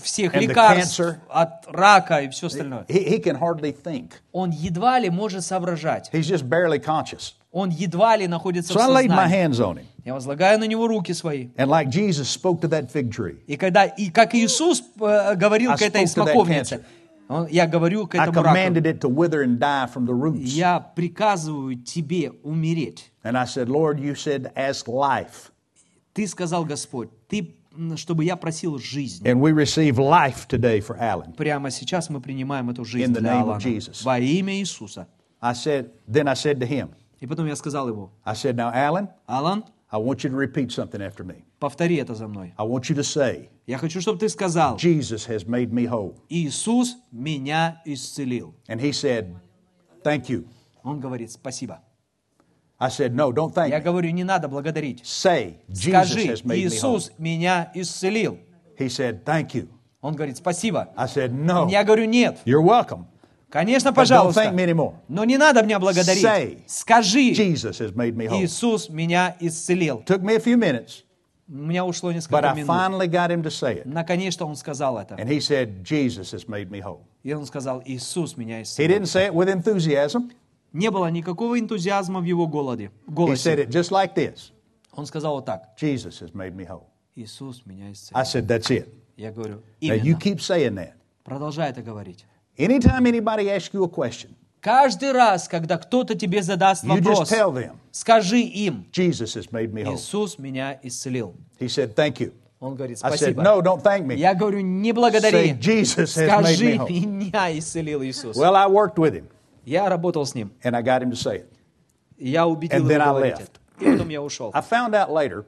S2: всех
S1: And the
S2: лекарств,
S1: cancer.
S2: от рака и все остальное.
S1: He, he can hardly think.
S2: Он едва ли может соображать.
S1: He's just barely conscious.
S2: Он едва ли находится
S1: So
S2: в
S1: I laid my
S2: сознании.
S1: hands on him.
S2: Я возлагаю на него руки свои.
S1: And like Jesus spoke to that fig tree,
S2: И когда, и как Иисус э, говорил
S1: I
S2: к этой
S1: spoke to that
S2: смоковнице, он- я говорю к
S1: I
S2: этому раку,
S1: commanded it to wither and die from the roots.
S2: я приказываю тебе умереть.
S1: And I said, Lord, you said, ask life.
S2: Ты сказал, Господь, ты, м, чтобы я просил жизнь.
S1: And we receive life today for Alan.
S2: Прямо сейчас мы принимаем эту жизнь
S1: In the
S2: для
S1: name of
S2: Алана.
S1: Jesus.
S2: Во имя Иисуса.
S1: I said, then I said to him,
S2: И потом я сказал ему,
S1: I said, now, Alan,
S2: Алан,
S1: I want you to repeat something after me.
S2: повтори это за мной.
S1: I want you to say,
S2: Я хочу, чтобы ты сказал,
S1: Jesus has made me whole.
S2: Иисус меня исцелил.
S1: And he said, thank you.
S2: Он говорит, спасибо.
S1: I said, no, don't thank
S2: Я
S1: me.
S2: говорю, не надо благодарить.
S1: Say, Jesus
S2: Скажи,
S1: has made me whole.
S2: Иисус меня исцелил.
S1: He said, thank you.
S2: Он говорит, спасибо.
S1: I said, no,
S2: Я говорю, нет.
S1: you're welcome.
S2: Конечно,
S1: Oh. But don't thank
S2: пожалуйста.
S1: me anymore.
S2: Но не надо меня благодарить.
S1: Say,
S2: Скажи,
S1: Jesus has made me whole.
S2: Иисус меня исцелил.
S1: Took me a few minutes,
S2: У меня ушло
S1: but
S2: несколько
S1: I
S2: минут.
S1: finally got him to say it.
S2: Наконец-то он сказал это.
S1: And he said, Jesus has made me whole.
S2: И он сказал, Иисус меня
S1: He
S2: исцелил.
S1: didn't say it with enthusiasm.
S2: Не было никакого энтузиазма в его голоде,
S1: He said
S2: голосе.
S1: it just like this
S2: Он сказал вот так.
S1: Jesus has made me whole.
S2: Иисус меня исцелил.
S1: I said, That's it.
S2: Я говорю,
S1: А Now you
S2: именно.
S1: keep saying that.
S2: Продолжай это говорить.
S1: Anytime anybody asks you a question,
S2: Каждый раз, когда кто-то тебе задаст
S1: you just
S2: вопрос,
S1: tell them,
S2: скажи им,
S1: Jesus has made me whole.
S2: Иисус меня исцелил.
S1: He said, Thank you.
S2: Он говорит,
S1: I said,
S2: спасибо.
S1: No, don't thank me.
S2: Я говорю, не
S1: Say,
S2: благодари.
S1: Jesus has made me
S2: Скажи,
S1: whole.
S2: меня исцелил Иисус.
S1: Well, I worked with him
S2: Я работал с ним.
S1: and I got him to say it.
S2: И Я убедил
S1: And then I
S2: его говорить
S1: left.
S2: это. И потом я ушел.
S1: I found out later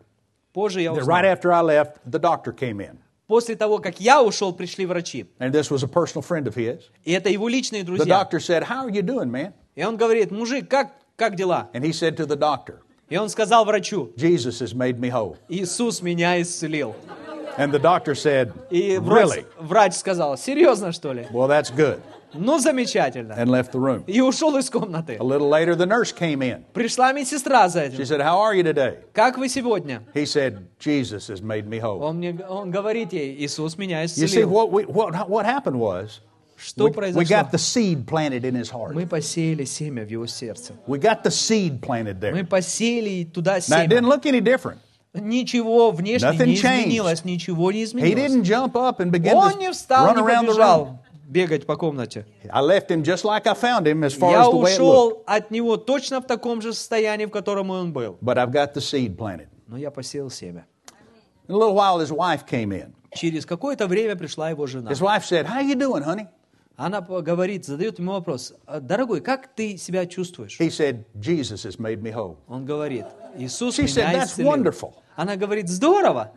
S2: Позже я
S1: that right
S2: узнал.
S1: after I left, the doctor came in.
S2: После того, как я ушел, пришли врачи.
S1: And this was a personal friend of his.
S2: И это его личные
S1: The
S2: друзья.
S1: doctor said, How are you doing, man?
S2: И он говорит, мужик, как, как дела?
S1: And he said to the doctor,
S2: И он сказал врачу,
S1: Jesus has made me whole.
S2: Иисус меня исцелил.
S1: And the doctor said,
S2: И врач,
S1: Really?
S2: врач сказал, серьезно что ли?
S1: Well, that's good.
S2: Ну, замечательно.
S1: And left the room.
S2: И ушел из комнаты.
S1: A little later, the nurse came in.
S2: Пришла медсестра за
S1: She
S2: этим.
S1: said, How are you today?
S2: Как вы сегодня?
S1: He said, Jesus has made me whole.
S2: Он, мне, г- он говорит ей, Иисус меня
S1: You see,
S2: исцелил.
S1: what, we, what, what happened was
S2: Что
S1: we, we
S2: произошло?
S1: got the seed planted in his heart.
S2: Мы посеяли семя в его сердце.
S1: We got the seed planted
S2: Мы
S1: there.
S2: посеяли туда
S1: Now, it didn't
S2: семя.
S1: look any different.
S2: Ничего внешне
S1: Nothing
S2: не
S1: changed.
S2: изменилось, ничего не
S1: He
S2: изменилось.
S1: didn't jump up and begin
S2: Он не
S1: to
S2: встал,
S1: run
S2: не
S1: around the room.
S2: побежал бегать по комнате.
S1: I left him just like I found him as far
S2: Я
S1: as the way it looked.
S2: ушел от него точно в таком же состоянии, в котором он был.
S1: But I've got the seed planted.
S2: Но я посеял семя.
S1: In a little while, his wife came in.
S2: Через какое-то время пришла его жена.
S1: His wife said, How you doing, honey?
S2: Она по- говорит, задает ему вопрос. «А, Дорогой, как ты себя чувствуешь?
S1: He said, Jesus has made me whole.
S2: Он говорит, Иисус
S1: She said,
S2: меня
S1: "That's wonderful."
S2: исцелил. Она говорит, здорово.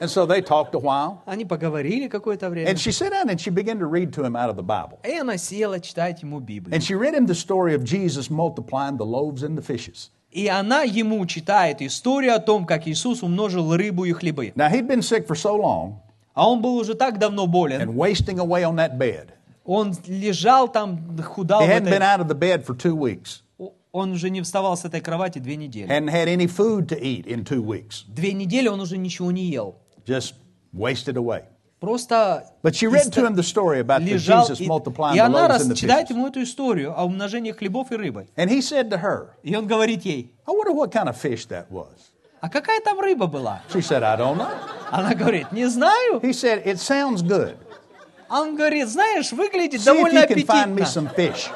S1: And so they talked a while.
S2: Они поговорили какое-то время.
S1: And she sat down and she began to read to him out of the Bible.
S2: И она села читать ему Библию.
S1: And she read him the story of Jesus multiplying the loaves and the fishes.
S2: И она ему читает историю о том, как Иисус умножил рыбу и хлебы.
S1: Now, he'd been sick for so long
S2: А он был уже так давно болен.
S1: and wasting away on that bed.
S2: Он лежал там, худал.
S1: He
S2: в
S1: hadn't
S2: этой-
S1: been out of the bed for two weeks,
S2: О- Он уже не вставал с этой кровати две недели.
S1: hadn't had any food to eat in two weeks,
S2: Две недели он уже ничего не ел.
S1: just wasted away.
S2: Просто
S1: But she read
S2: ист-
S1: to him the story about the
S2: лежал.
S1: Jesus
S2: И,
S1: multiplying
S2: и
S1: the
S2: она
S1: loaves and the
S2: рас- читает
S1: fishes.
S2: ему эту историю о умножении хлебов и рыбы.
S1: And he said to her,
S2: И он говорит ей,
S1: I wonder what kind of fish that was.
S2: а какая там рыба была?
S1: She said, I don't know.
S2: Она говорит, не знаю.
S1: He said, It sounds good.
S2: А Он говорит, знаешь, выглядит
S1: See if
S2: довольно
S1: you can find me
S2: аппетитно.
S1: some fish.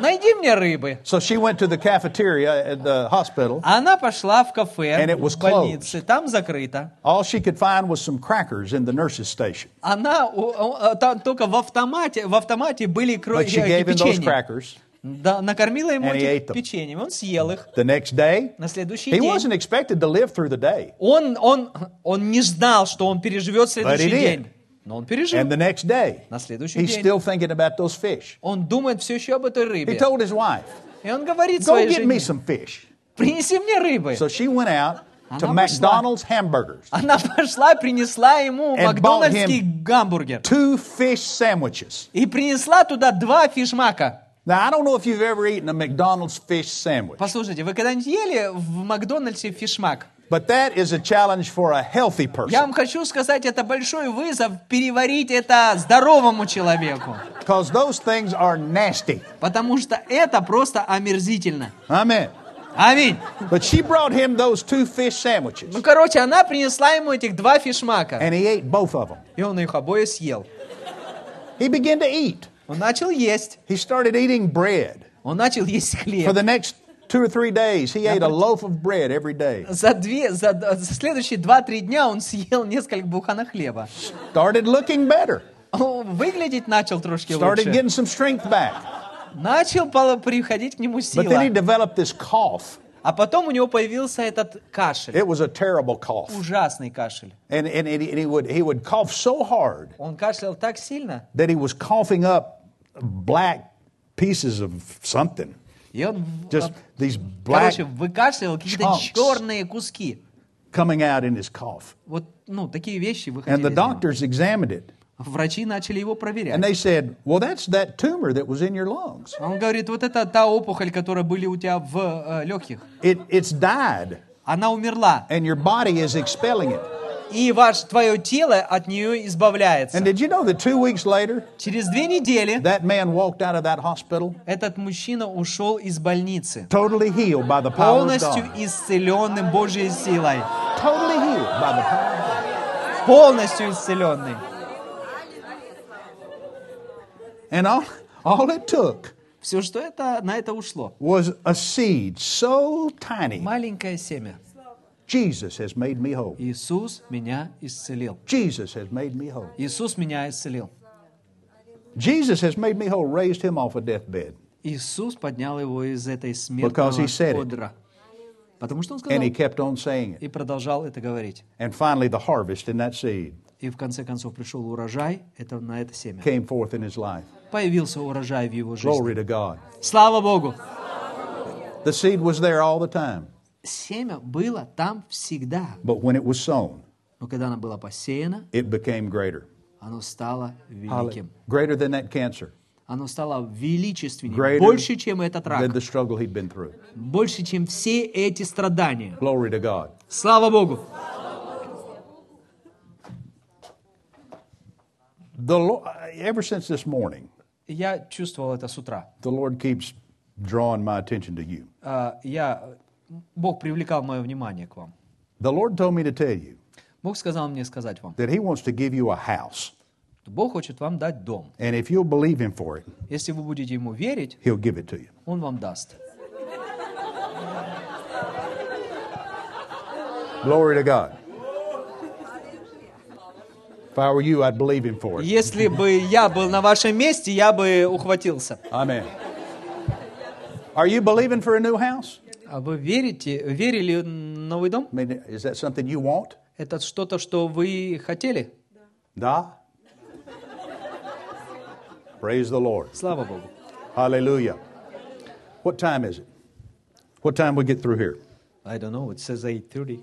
S2: Найди мне рыбы.
S1: So she went to the cafeteria at the hospital.
S2: Она пошла в кафе
S1: And it was
S2: в больнице, там закрыто.
S1: All she could find was some crackers in the nurse's station.
S2: Она о- о- о, там только в автомате, в автомате были кро-
S1: But she
S2: э,
S1: gave him those
S2: печенье.
S1: crackers.
S2: Да, накормила ему
S1: And he
S2: этих
S1: ate them.
S2: печеньем, он съел их.
S1: The next day,
S2: На следующий
S1: he
S2: день.
S1: wasn't expected to live through the day.
S2: Он, он, он не знал, что он переживет следующий
S1: did.
S2: день. Но он пережил.
S1: And the next day,
S2: На следующий
S1: he's
S2: день.
S1: still thinking about those fish.
S2: Он думает все еще об этой
S1: He
S2: рыбе.
S1: told his wife,
S2: И он говорит
S1: Go
S2: своей
S1: get me
S2: жене,
S1: some fish.
S2: принеси мне рыбы.
S1: So she went out to
S2: Она пошла.
S1: McDonald's hamburgers,
S2: Она пошла, принесла ему
S1: And bought
S2: макдональдский
S1: him-
S2: гамбургер.
S1: two fish sandwiches.
S2: И принесла туда два фишмака.
S1: Now, I don't know if you've ever eaten a McDonald's fish sandwich,
S2: Послушайте, вы когда-нибудь ели в Макдональдсе фишмак?
S1: but that is a challenge for a healthy
S2: Я вам
S1: person
S2: хочу сказать, это большой вызов переварить это здоровому человеку.
S1: because those things are nasty.
S2: Потому что это просто омерзительно.
S1: Amen.
S2: Аминь.
S1: But she brought him those two fish
S2: Ну,
S1: sandwiches,
S2: короче, она принесла ему этих два фишмака.
S1: and he ate both of them.
S2: И он их обои съел.
S1: He began to eat.
S2: Он начал есть.
S1: He started eating bread.
S2: Он начал есть хлеб.
S1: For the next two or three days, he ate a loaf of bread every day.
S2: За, две, за, д- за следующие 2-3 дня он съел несколько буханок хлеба.
S1: Started looking better.
S2: Он выглядеть начал трошки
S1: Started
S2: лучше.
S1: getting some strength back.
S2: Начал пала- приходить к нему
S1: But then he
S2: сила.
S1: developed this cough.
S2: А потом у него появился этот кашель.
S1: It was a terrible cough.
S2: Ужасный кашель.
S1: And, and, and, he, and he would, he would cough so hard
S2: Он кашлял так сильно,
S1: that he was coughing up black pieces of something.
S2: и он, в-
S1: Just
S2: а,
S1: these black
S2: короче, выкашливал какие-то
S1: chunks.
S2: черные куски.
S1: coming out in his cough.
S2: Вот, ну, такие вещи выходили.
S1: And the
S2: из него.
S1: doctors examined it.
S2: Врачи начали его проверять.
S1: And they said, Well, that's that tumor that was in your lungs.
S2: А Он говорит, вот это та опухоль, которая были у тебя в легких,
S1: It, it's died,
S2: она умерла,
S1: and your body is expelling it.
S2: и ваш, твое тело от нее избавляется.
S1: And did you know that two weeks later,
S2: Через две недели
S1: that man walked out of that hospital
S2: этот мужчина ушел из больницы,
S1: totally healed by the power of
S2: полностью
S1: God?
S2: исцеленным Божьей силой,
S1: Totally healed by the power of God.
S2: полностью исцеленный.
S1: And all, all it took
S2: Все, что это, на это ушло.
S1: was a seed so tiny.
S2: Маленькое семя.
S1: Jesus has made me whole.
S2: Иисус меня исцелил.
S1: Jesus has made me whole.
S2: Иисус меня исцелил.
S1: Jesus has made me whole, raised him off a deathbed.
S2: Иисус поднял его из этой
S1: Because he said it.
S2: смертного одра. Потому что он сказал
S1: And he kept on saying it.
S2: и продолжал это говорить.
S1: And finally, the harvest in that seed
S2: И в конце концов пришел урожай это, на это семя.
S1: came forth in his life.
S2: Появился урожай в его жизни.
S1: Glory to God.
S2: Слава Богу!
S1: The seed was there all the time.
S2: семя было там всегда.
S1: but when it was sown,
S2: Но когда оно было посеяно,
S1: it became greater.
S2: оно стало великим.
S1: Greater than that cancer,
S2: Оно стало величественным.
S1: Greater
S2: больше, чем этот
S1: than
S2: рак.
S1: the struggle he'd been through.
S2: Больше, чем все эти страдания.
S1: Glory to God.
S2: Слава Богу!
S1: The Lord, ever since this morning,
S2: Я чувствовал это с утра.
S1: the Lord keeps drawing my attention to you.
S2: А, Я... Бог привлекал мое внимание к вам.
S1: The Lord told me to tell you
S2: Бог сказал мне сказать вам.
S1: that He wants to give you a house.
S2: Бог хочет вам дать дом.
S1: And if you'll believe Him for it,
S2: Если вы будете Ему верить,
S1: He'll give it to you.
S2: Он вам даст.
S1: Glory to God. If I were you, I'd believe Him for it.
S2: Если бы я был на вашем месте, я бы ухватился.
S1: Amen. Are you believing for a new house?
S2: А вы верите, верили в новый дом?
S1: I mean, is that something you want?
S2: Это что-то, что вы хотели?
S1: Da. Praise the Lord.
S2: Слава Богу.
S1: Hallelujah. What time is it? What time we get through here?
S2: I don't know, it says 8:30.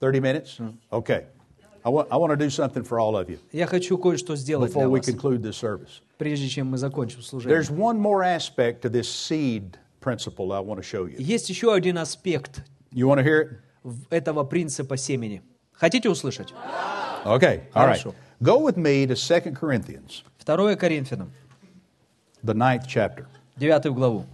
S1: 30 minutes? Okay. I want, I want to do something for all of you
S2: Я хочу кое-что сделать
S1: before
S2: для
S1: we
S2: вас,
S1: conclude this service.
S2: прежде чем мы закончим служение.
S1: There's one more aspect to this seed principle I want to show you.
S2: Есть еще один аспект
S1: You want to hear it?
S2: в- этого принципа семени. Хотите услышать?
S1: Okay. All right.
S2: Хорошо.
S1: Go with me to 2 Corinthians,
S2: 2 Коринфянам,
S1: the ninth chapter.
S2: 9 главу.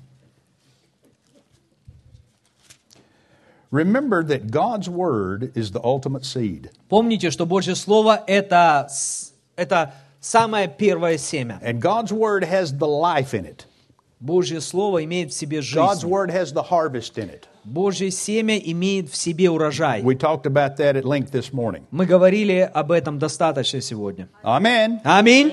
S1: Remember that God's word is the ultimate seed,
S2: Помните, что Божье Слово – это, с- это самое первое семя.
S1: and God's word has the life in it.
S2: Божье Слово имеет в себе
S1: God's
S2: жизнь.
S1: word has the harvest in it.
S2: Божье семя имеет в себе урожай.
S1: We talked about that at length this morning.
S2: Мы говорили об этом достаточно сегодня.
S1: Amen.
S2: Аминь.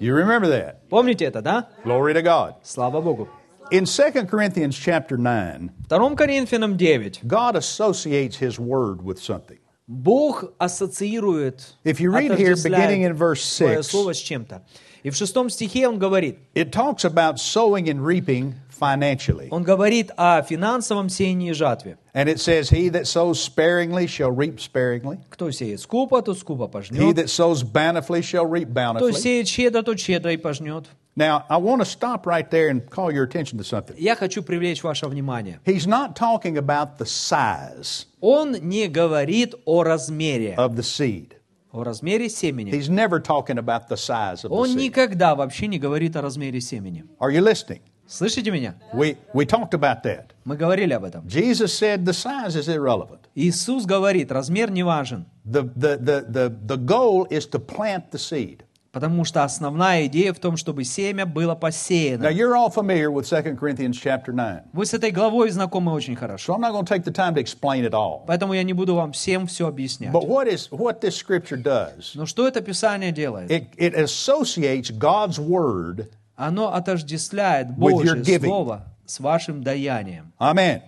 S1: You remember that.
S2: Помните это, да?
S1: Glory to God.
S2: Слава Богу.
S1: In 2 Corinthians chapter 9,
S2: 2 Коринфянам 9.
S1: God associates his word with something.
S2: Бог ассоциирует,
S1: If you read here,
S2: отождествляет
S1: beginning in verse
S2: свое
S1: 6.
S2: слово с чем-то. И в шестом стихе он говорит,
S1: It talks about sowing and reaping financially.
S2: он говорит о финансовом сеянии и жатве.
S1: And it says, He that sows sparingly shall reap sparingly.
S2: Кто сеет скупо, тот скупо
S1: He
S2: пожнет.
S1: that sows bountifully shall reap
S2: Кто
S1: bountifully.
S2: сеет щедро, тот щедро и пожнет.
S1: Now, I want to stop right there and call your attention to something.
S2: Я хочу привлечь ваше внимание.
S1: He's not talking about the size
S2: Он не говорит о размере,
S1: of the seed.
S2: о размере семени.
S1: He's never talking about the size of the
S2: Он
S1: seed.
S2: никогда вообще не говорит о размере семени.
S1: Are you listening?
S2: Слышите меня?
S1: We, we talked about that.
S2: Мы говорили об этом.
S1: Jesus said the size is irrelevant.
S2: Иисус говорит, размер не важен,
S1: The, the, the, the, the goal is to plant the seed.
S2: потому что основная идея в том, чтобы семя было
S1: Now,
S2: посеяно.
S1: you're all familiar with 2 Corinthians chapter 9.
S2: Вы с этой главой знакомы очень хорошо,
S1: So I'm not going to take the time to explain it all.
S2: поэтому я не буду вам всем все объяснять.
S1: But what is what this scripture does?
S2: Но что это Писание делает?
S1: It, it associates God's word,
S2: Оно отождествляет
S1: your
S2: Божье
S1: giving.
S2: Слово с вашим даянием.
S1: Amen.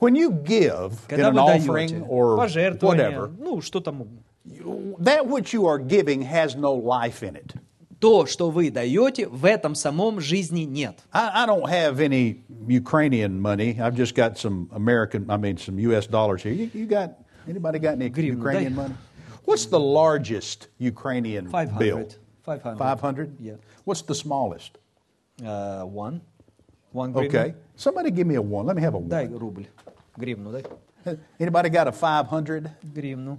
S1: When you give in
S2: Когда
S1: an
S2: вы
S1: offering
S2: даете
S1: or
S2: пожертвование,
S1: whatever,
S2: ну что там,
S1: that which you are giving has no life in it.
S2: то, что вы даете, в этом самом жизни нет.
S1: I, I don't have any Ukrainian money. I've just got some American, I mean, some U.S. dollars here. You, you got anybody got any
S2: Гривны,
S1: Ukrainian
S2: да?
S1: money? What's the largest Ukrainian bill?
S2: 500. 500.
S1: Five hundred.
S2: Yeah.
S1: What's the smallest?
S2: Э, one. One гривен.
S1: Okay. Somebody give me a one. Let me have a
S2: Дай
S1: one.
S2: рубль. Гривну дай.
S1: Anybody got a five hundred?
S2: Гривну.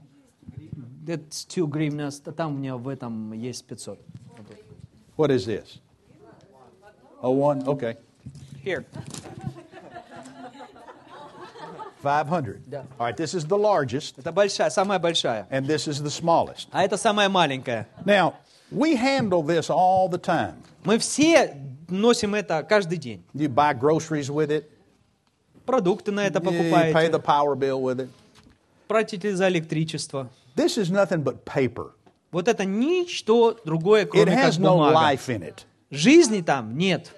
S2: That's two гривны. Там у меня в этом есть 500.
S1: What is this? A one. Okay.
S2: Here.
S1: Five hundred.
S2: Yeah.
S1: All right. This is the largest,
S2: Это большая, самая большая.
S1: and this is the smallest.
S2: А это самая маленькая.
S1: Now we handle this all the time.
S2: Мы все носим это каждый день.
S1: You buy groceries with it.
S2: Продукты на это
S1: You pay the
S2: покупаете.
S1: power bill with it.
S2: Платите за электричество.
S1: This is nothing but paper.
S2: Вот это ничто другое,
S1: It
S2: кроме как
S1: has no
S2: бумага.
S1: life in it.
S2: Жизни там нет.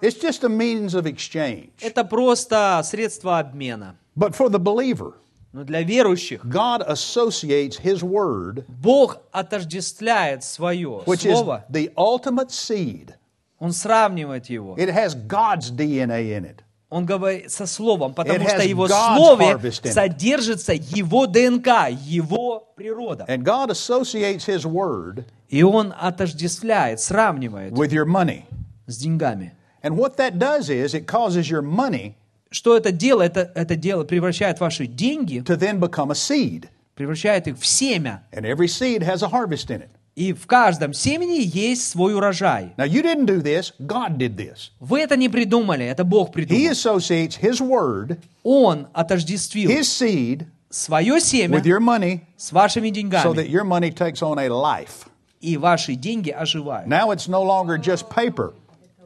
S1: It's just a means of exchange.
S2: Это просто средство обмена.
S1: But for the believer,
S2: Но для верующих
S1: God associates His Word,
S2: Бог отождествляет свое
S1: which is
S2: слово.
S1: the ultimate seed.
S2: Он сравнивает его.
S1: It has God's DNA in it.
S2: Он говорит со словом, потому
S1: It
S2: что
S1: has
S2: его
S1: God's
S2: слове
S1: harvest in it.
S2: содержится его ДНК, его природа.
S1: And God associates His Word
S2: И он отождествляет, сравнивает
S1: with your money.
S2: с деньгами.
S1: And what that does is it causes your money
S2: Что это дело? Это, это дело превращает ваши деньги,
S1: to then become a seed.
S2: превращает их в семя.
S1: And every seed has a harvest in it.
S2: И в каждом семени есть свой урожай.
S1: Now, you didn't do this, God did this.
S2: Вы это не придумали, это Бог
S1: He
S2: придумал.
S1: associates His Word,
S2: Он отождествил
S1: His seed,
S2: свое семя
S1: with your money
S2: с вашими
S1: so that
S2: деньгами.
S1: your money takes on a life.
S2: И ваши деньги оживают.
S1: Now it's no longer just paper,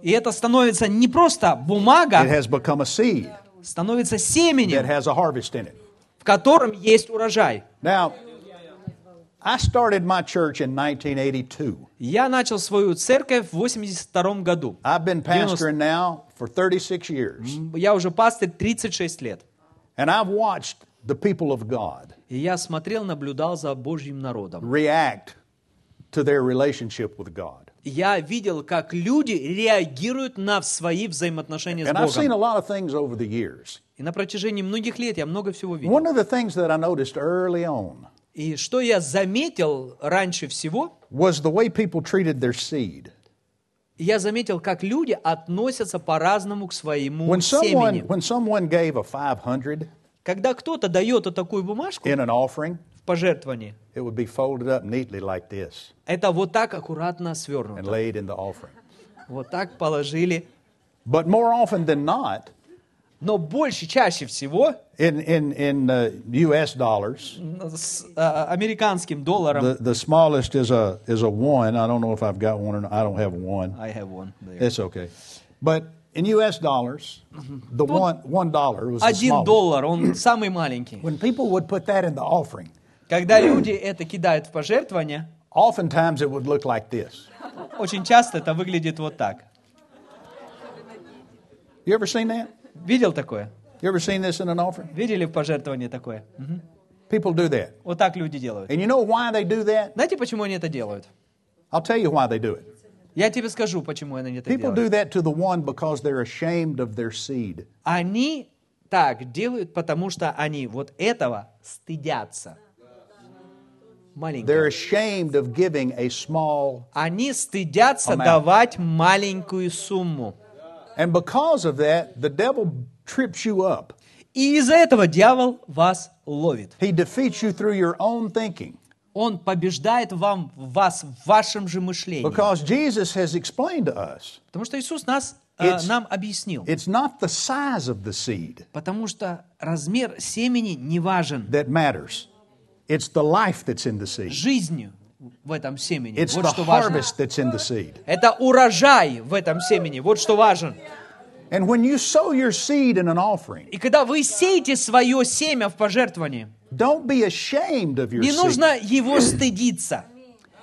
S2: И это становится не просто
S1: it
S2: бумага,
S1: has become a seed
S2: становится
S1: that
S2: семенем,
S1: has a harvest in it.
S2: в котором есть урожай.
S1: Now, I started my church in 1982.
S2: Я начал свою церковь в 82 году.
S1: I've been
S2: Yes.
S1: pastoring now for 36 years,
S2: Я уже пастырь 36 лет.
S1: and I've watched the people of God
S2: И я смотрел, наблюдал за Божьим народом.
S1: react to their relationship with God.
S2: И Я видел, как люди реагируют на свои взаимоотношения с
S1: And I've seen a
S2: Богом.
S1: lot of things over the years.
S2: И на протяжении многих лет я много всего видел.
S1: One of the things that I noticed early on
S2: И что я заметил раньше всего,
S1: was the way people treated their seed.
S2: я заметил, как люди относятся по-разному к своему
S1: When someone,
S2: семени.
S1: when someone gave a 500
S2: Когда кто-то дает вот такую бумажку
S1: in an offering,
S2: в пожертвовании,
S1: it would be folded up neatly like this
S2: это вот так аккуратно
S1: and
S2: свернуто.
S1: laid in the offering.
S2: Вот так положили.
S1: But more often than not,
S2: Но больше, чаще всего
S1: in, in, in uh, US dollars,
S2: с э, американским долларом
S1: the, the smallest is a, is a one. I don't know if I've got one or not. I don't have one.
S2: I have one there.
S1: It's okay. But in US dollars, the one, one dollar was the
S2: Один
S1: smallest.
S2: доллар, он самый маленький.
S1: When people would put that in the offering,
S2: Когда люди это кидают в пожертвование,
S1: oftentimes it would look like this.
S2: очень часто это выглядит вот так.
S1: You ever seen that?
S2: Видел такое?
S1: You ever seen this in an offering?
S2: Видели в пожертвовании такое? Мгм.
S1: People do that.
S2: Вот так люди делают.
S1: And you know why they do that?
S2: Знаете, почему они это делают?
S1: I'll tell you why they do it.
S2: Я тебе скажу, почему они это
S1: People
S2: делают.
S1: do that to the one because they're ashamed of their seed.
S2: Они так делают, потому что они вот этого стыдятся.
S1: They're
S2: Маленькое.
S1: ashamed of giving a small.
S2: Они стыдятся
S1: Amount.
S2: давать маленькую сумму.
S1: And because of that, the devil trips you up.
S2: И из-за этого дьявол вас ловит.
S1: He defeats you through your own thinking.
S2: Он побеждает вам, вас в вашем же мышлении.
S1: Because Jesus has explained to us
S2: Потому что Иисус нас, э,
S1: It's-
S2: нам объяснил.
S1: it's not the size of the seed
S2: Потому что размер семени не важен.
S1: that matters, it's the life that's in the seed,
S2: Жизнь в этом семени.
S1: it's
S2: вот
S1: the
S2: что важно.
S1: harvest that's in the seed.
S2: Это урожай в этом семени. Вот что важен.
S1: And when you sow your seed in an offering,
S2: И когда вы сеете свое семя в пожертвовании,
S1: don't be ashamed of your
S2: не
S1: seed.
S2: нужно его стыдиться.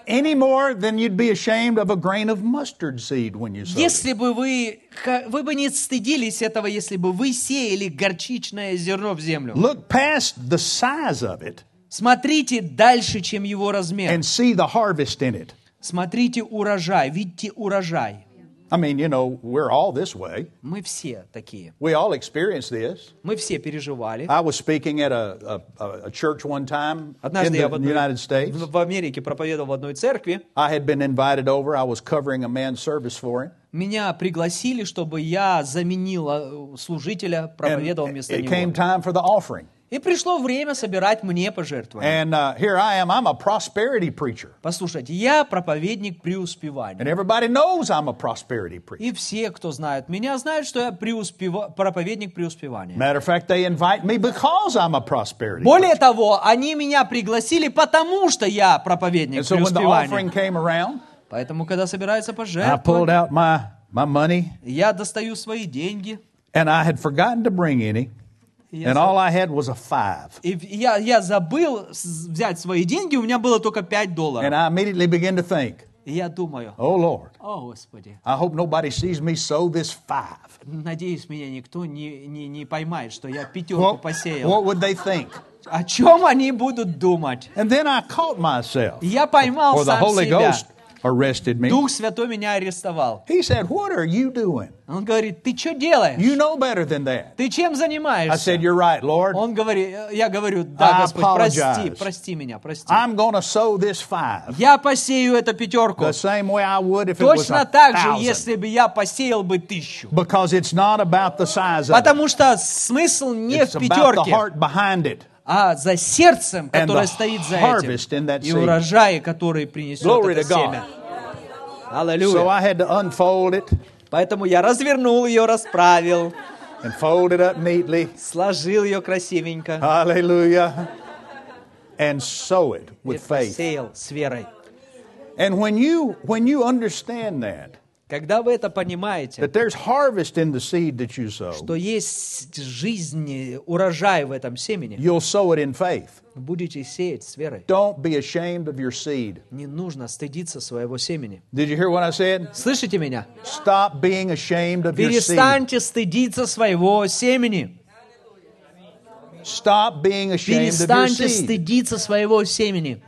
S1: any more than you'd be ashamed of a grain of mustard seed when you sow it.
S2: Если бы вы, ха- вы бы не стыдились этого, если бы вы сеяли горчичное зерно в землю.
S1: Look past the size of it
S2: Смотрите дальше, чем его размер.
S1: and see the harvest in it.
S2: Смотрите урожай, видите урожай.
S1: I mean, you know, we're all this way.
S2: Мы все такие.
S1: We all experience this.
S2: Мы все переживали.
S1: I was speaking at a, a, a church one time in
S2: Однажды
S1: the,
S2: я в,
S1: in
S2: одной-
S1: the United States.
S2: в- в Америке проповедовал в одной церкви.
S1: I had been invited over. I was covering a man's service for him.
S2: Меня пригласили, чтобы я заменила э, служителя,
S1: And
S2: проповедовал вместо
S1: it came
S2: него.
S1: time for the offering.
S2: И пришло время собирать мне пожертвования.
S1: And uh, here I am. I'm a prosperity preacher.
S2: Послушайте, я проповедник преуспевания.
S1: And everybody knows I'm a prosperity preacher.
S2: И все, кто знает меня, знают, что я преуспева- проповедник преуспевания.
S1: Matter of fact, they invite me because I'm a prosperity preacher.
S2: Более того, они меня пригласили, потому что я проповедник
S1: And so when the offering
S2: преуспевания.
S1: came around,
S2: Поэтому, когда собирается
S1: I pulled
S2: пожертвовать,
S1: out my, my money
S2: я достаю свои деньги.
S1: and I had forgotten to bring any.
S2: Yes,
S1: and
S2: sir.
S1: all I had was a five.
S2: И в- я, я забыл с- взять свои деньги, у меня было только 5
S1: And
S2: долларов.
S1: I immediately began to think,
S2: И я думаю,
S1: oh Lord,
S2: о, Господи,
S1: I hope nobody sees me sow this five.
S2: надеюсь, меня никто не, не, не поймает, что я пятерку
S1: What,
S2: посеял.
S1: what would they think?
S2: О чем они будут думать?
S1: And then I caught myself.
S2: Я поймал
S1: Or the
S2: сам
S1: Holy
S2: себя.
S1: Ghost arrested me.
S2: Дух Святой меня арестовал.
S1: He said, What are you doing?
S2: Он говорит, ты что делаешь?
S1: You know better than that.
S2: Ты чем
S1: I
S2: занимаешься?
S1: said, You're right, Lord.
S2: Он говорит, я говорю, да,
S1: I
S2: Господь, прости,
S1: apologize.
S2: прости меня, прости.
S1: I'm going to sow this five
S2: Я посею эту пятерку.
S1: the same way I would if it was a
S2: Точно так же,
S1: thousand.
S2: если бы я посеял бы тысячу.
S1: Because it's not about the size of it.
S2: Потому что смысл не в
S1: It's about the
S2: пятерке,
S1: heart behind it.
S2: а за сердцем, которое
S1: the
S2: стоит за
S1: harvest in
S2: этим.
S1: that
S2: И
S1: seed.
S2: урожай, который принесет
S1: Glory
S2: это
S1: to God.
S2: семя.
S1: So
S2: Аллилуйя.
S1: I had to unfold it
S2: Поэтому я развернул ее, расправил,
S1: and fold it up neatly.
S2: сложил ее красивенько.
S1: Hallelujah. And sow it
S2: и
S1: with faith.
S2: посеял с верой.
S1: And when you when you understand that
S2: Когда вы это понимаете,
S1: that there's harvest in the seed that you sow,
S2: что есть жизнь, э, урожай в этом семени,
S1: you'll sow it in faith.
S2: будете сеять с верой.
S1: Don't be ashamed of your seed.
S2: Не нужно стыдиться своего семени.
S1: Did you hear what I said?
S2: Слышите меня?
S1: Stop being ashamed of your seed.
S2: Перестаньте стыдиться своего семени.
S1: Stop being ashamed of your
S2: Перестаньте
S1: seed.
S2: стыдиться своего семени.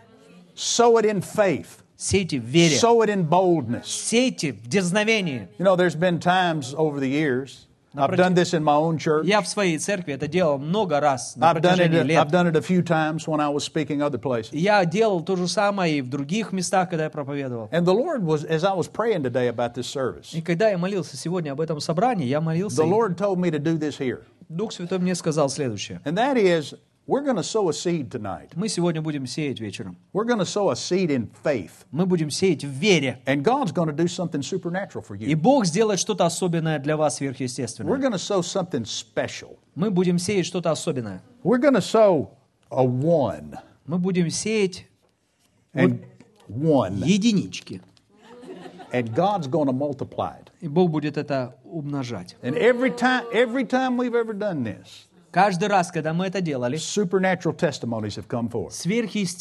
S1: Sow it in faith.
S2: Сейте в вере.
S1: Sow it in boldness.
S2: Сейте в дерзновении.
S1: You know, there's been times over the years. I've
S2: Напротив-
S1: done this in my own church.
S2: Я в своей церкви это делал много раз на
S1: I've done
S2: протяжении
S1: it. I've
S2: лет.
S1: done it a few times when I was speaking other places.
S2: Я делал то же самое и в других местах, когда я проповедовал.
S1: And the Lord was, as I was praying today about this service,
S2: И когда я молился сегодня об этом собрании, я молился,
S1: the
S2: и
S1: Lord told me to do this here,
S2: Дух Святой мне сказал следующее.
S1: and that is, we're going to sow a seed tonight.
S2: Мы сегодня будем сеять вечером.
S1: We're going to sow a seed in faith,
S2: Мы будем сеять в вере.
S1: and God's going to do something supernatural for
S2: И
S1: you.
S2: Бог сделает что-то особенное для вас
S1: We're
S2: сверхъестественное.
S1: going to sow something special.
S2: Мы будем сеять что-то особенное.
S1: We're going to sow a one
S2: Мы будем сеять
S1: and one,
S2: единички.
S1: and God's going to multiply it.
S2: И Бог будет это умножать.
S1: And every time, every time we've ever done this,
S2: Каждый раз, когда мы это делали,
S1: supernatural testimonies have come forth.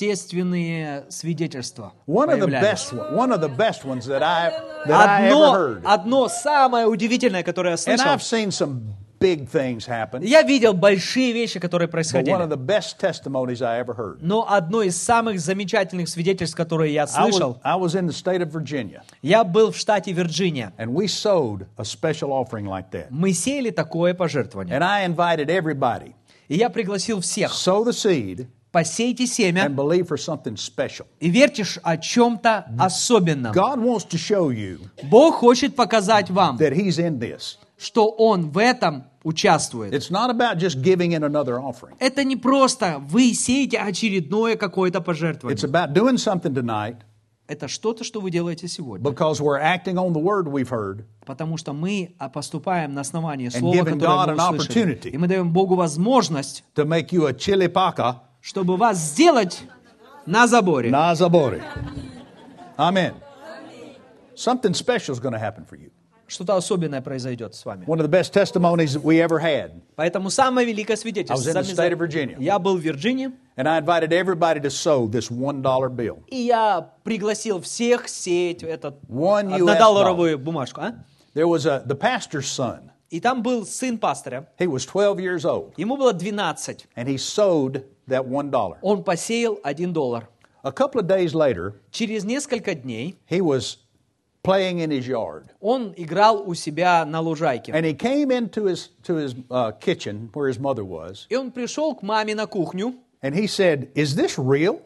S2: сверхъестественные свидетельства
S1: One of the
S2: появлялись.
S1: best one, one of the best ones that I that I ever
S2: Одно,
S1: heard.
S2: одно самое удивительное, которое я
S1: And
S2: слышал,
S1: I've seen some big things happen.
S2: я видел большие вещи, которые
S1: But one of
S2: происходили.
S1: the best testimonies I ever heard.
S2: Но одно из самых замечательных свидетельств, которые я
S1: I was,
S2: слышал,
S1: I was in the state of Virginia,
S2: я был в штате Вирджиния.
S1: and we sowed a special offering like that.
S2: Мы сеяли такое пожертвование.
S1: And I invited everybody
S2: И я пригласил всех,
S1: sow the seed
S2: посейте
S1: and
S2: семя
S1: believe for something special.
S2: и верьте ж о чем-то особенном.
S1: God wants to show you
S2: Бог хочет показать вам,
S1: that He's in this.
S2: что Он в этом участвует.
S1: It's not about just giving in another offering.
S2: Это не просто вы сеете очередное какое-то
S1: It's
S2: пожертвование.
S1: about doing something tonight
S2: Это что-то, что вы делаете сегодня.
S1: because we're acting on the word we've heard
S2: Потому что мы а, поступаем на основании слова,
S1: giving God
S2: которое мы
S1: an
S2: услышали.
S1: opportunity.
S2: И мы даем Богу возможность,
S1: to make you a chili paca
S2: чтобы вас сделать на заборе.
S1: Nazabori. Amen. Something special is going to happen for you.
S2: Что-то особенное произойдет с вами.
S1: One of the best testimonies that we ever had.
S2: Поэтому самое великое
S1: I was
S2: свидетельство.
S1: in the
S2: Сами
S1: state of
S2: знаете,
S1: Virginia.
S2: Я был в Вирджинии,
S1: And I invited everybody to sow this $1 bill.
S2: и я пригласил всех сеять этот
S1: One US
S2: однодолларовую бумажку. а?
S1: There was a, the pastor's son.
S2: И там был сын пастора.
S1: He was 12 years old.
S2: Ему было 12.
S1: And he sowed that $1.
S2: Он посеял 1 доллар.
S1: A couple of days later,
S2: Через несколько дней
S1: he was playing in his yard.
S2: он играл у себя на лужайке.
S1: And he came into his, to his uh, kitchen where his mother was.
S2: И он пришел к маме на кухню,
S1: And he said, Is this real?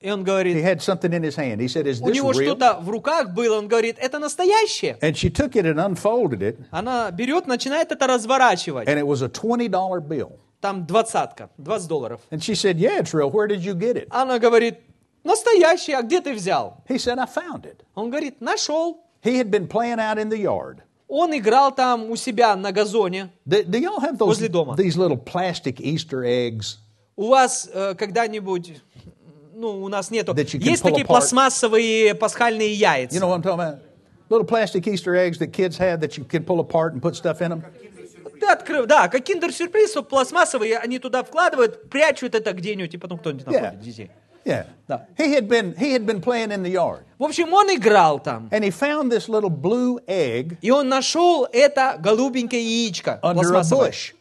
S2: и он
S1: He
S2: говорит,
S1: had something in his hand. He said, Is
S2: у
S1: this
S2: него
S1: real?
S2: что-то в руках было, он говорит, это настоящее.
S1: And she took it and unfolded it,
S2: Она берет, начинает это разворачивать.
S1: and it was a $20 bill.
S2: Там двадцатка, 20 долларов.
S1: And she said, Yeah, it's real. Where did you get it?
S2: Она говорит, настоящее, а где ты взял?
S1: He said, I found it.
S2: Он говорит, нашел.
S1: He had been playing out in the yard.
S2: Он играл там у себя на газоне.
S1: Do, do y'all have those
S2: Возле дома.
S1: these little plastic Easter eggs?
S2: У вас э, когда-нибудь, ну, у нас нету.
S1: That you can
S2: Есть
S1: pull
S2: такие
S1: apart.
S2: пластмассовые пасхальные яйца.
S1: You know what I'm talking about? Little plastic Easter eggs that kids have that you can pull apart and put stuff in them.
S2: Ты открыл, да, как киндер-сюрприз, вот пластмассовые, они туда вкладывают, прячут это где-нибудь, и потом кто-нибудь находит детей.
S1: Yeah.
S2: Да.
S1: He had been he had been playing in the yard,
S2: В общем, он играл там,
S1: and he found this little blue egg
S2: и он нашел это голубенькое яичко
S1: under a
S2: пластмассовое
S1: bush.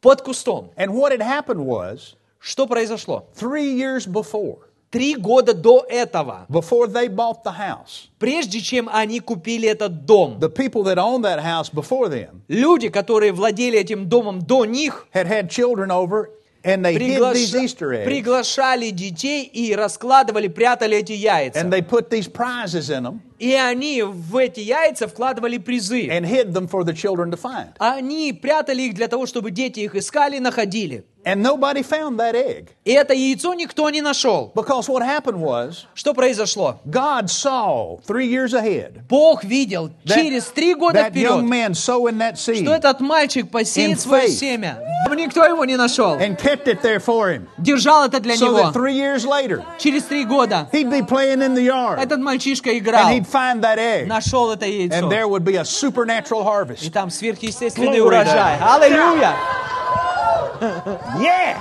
S2: под кустом.
S1: And what had happened was
S2: Что произошло?
S1: three years before,
S2: Три года до этого,
S1: before they bought the house.
S2: прежде чем они купили этот дом,
S1: The people that owned that house before them
S2: люди, которые владели этим домом до них,
S1: had had children over and they hid
S2: приглаша-
S1: these Easter eggs
S2: приглашали детей и раскладывали, прятали эти яйца.
S1: and they put these prizes in them
S2: И они в эти яйца вкладывали призы.
S1: and hid them for the children to find.
S2: Они прятали их для того, чтобы дети их искали и находили.
S1: And nobody found that egg
S2: И это яйцо никто не нашел.
S1: because what happened was
S2: Что произошло?
S1: God saw three years ahead
S2: Бог видел через три года
S1: that young
S2: вперед,
S1: man sowing that seed
S2: что этот мальчик посеет
S1: In
S2: свое
S1: faith.
S2: семя. Но никто его не нашел.
S1: and kept it there for him
S2: Держал это для
S1: so that
S2: него.
S1: three years later
S2: Через три года
S1: he'd be playing in the yard
S2: этот мальчишка
S1: and
S2: играл,
S1: he'd find that egg
S2: нашел это
S1: and there
S2: яйцо.
S1: would be a supernatural
S2: И
S1: harvest.
S2: там сверхъестественный
S1: Glory to
S2: урожай.
S1: God.
S2: Аллилуйя!
S1: Yeah!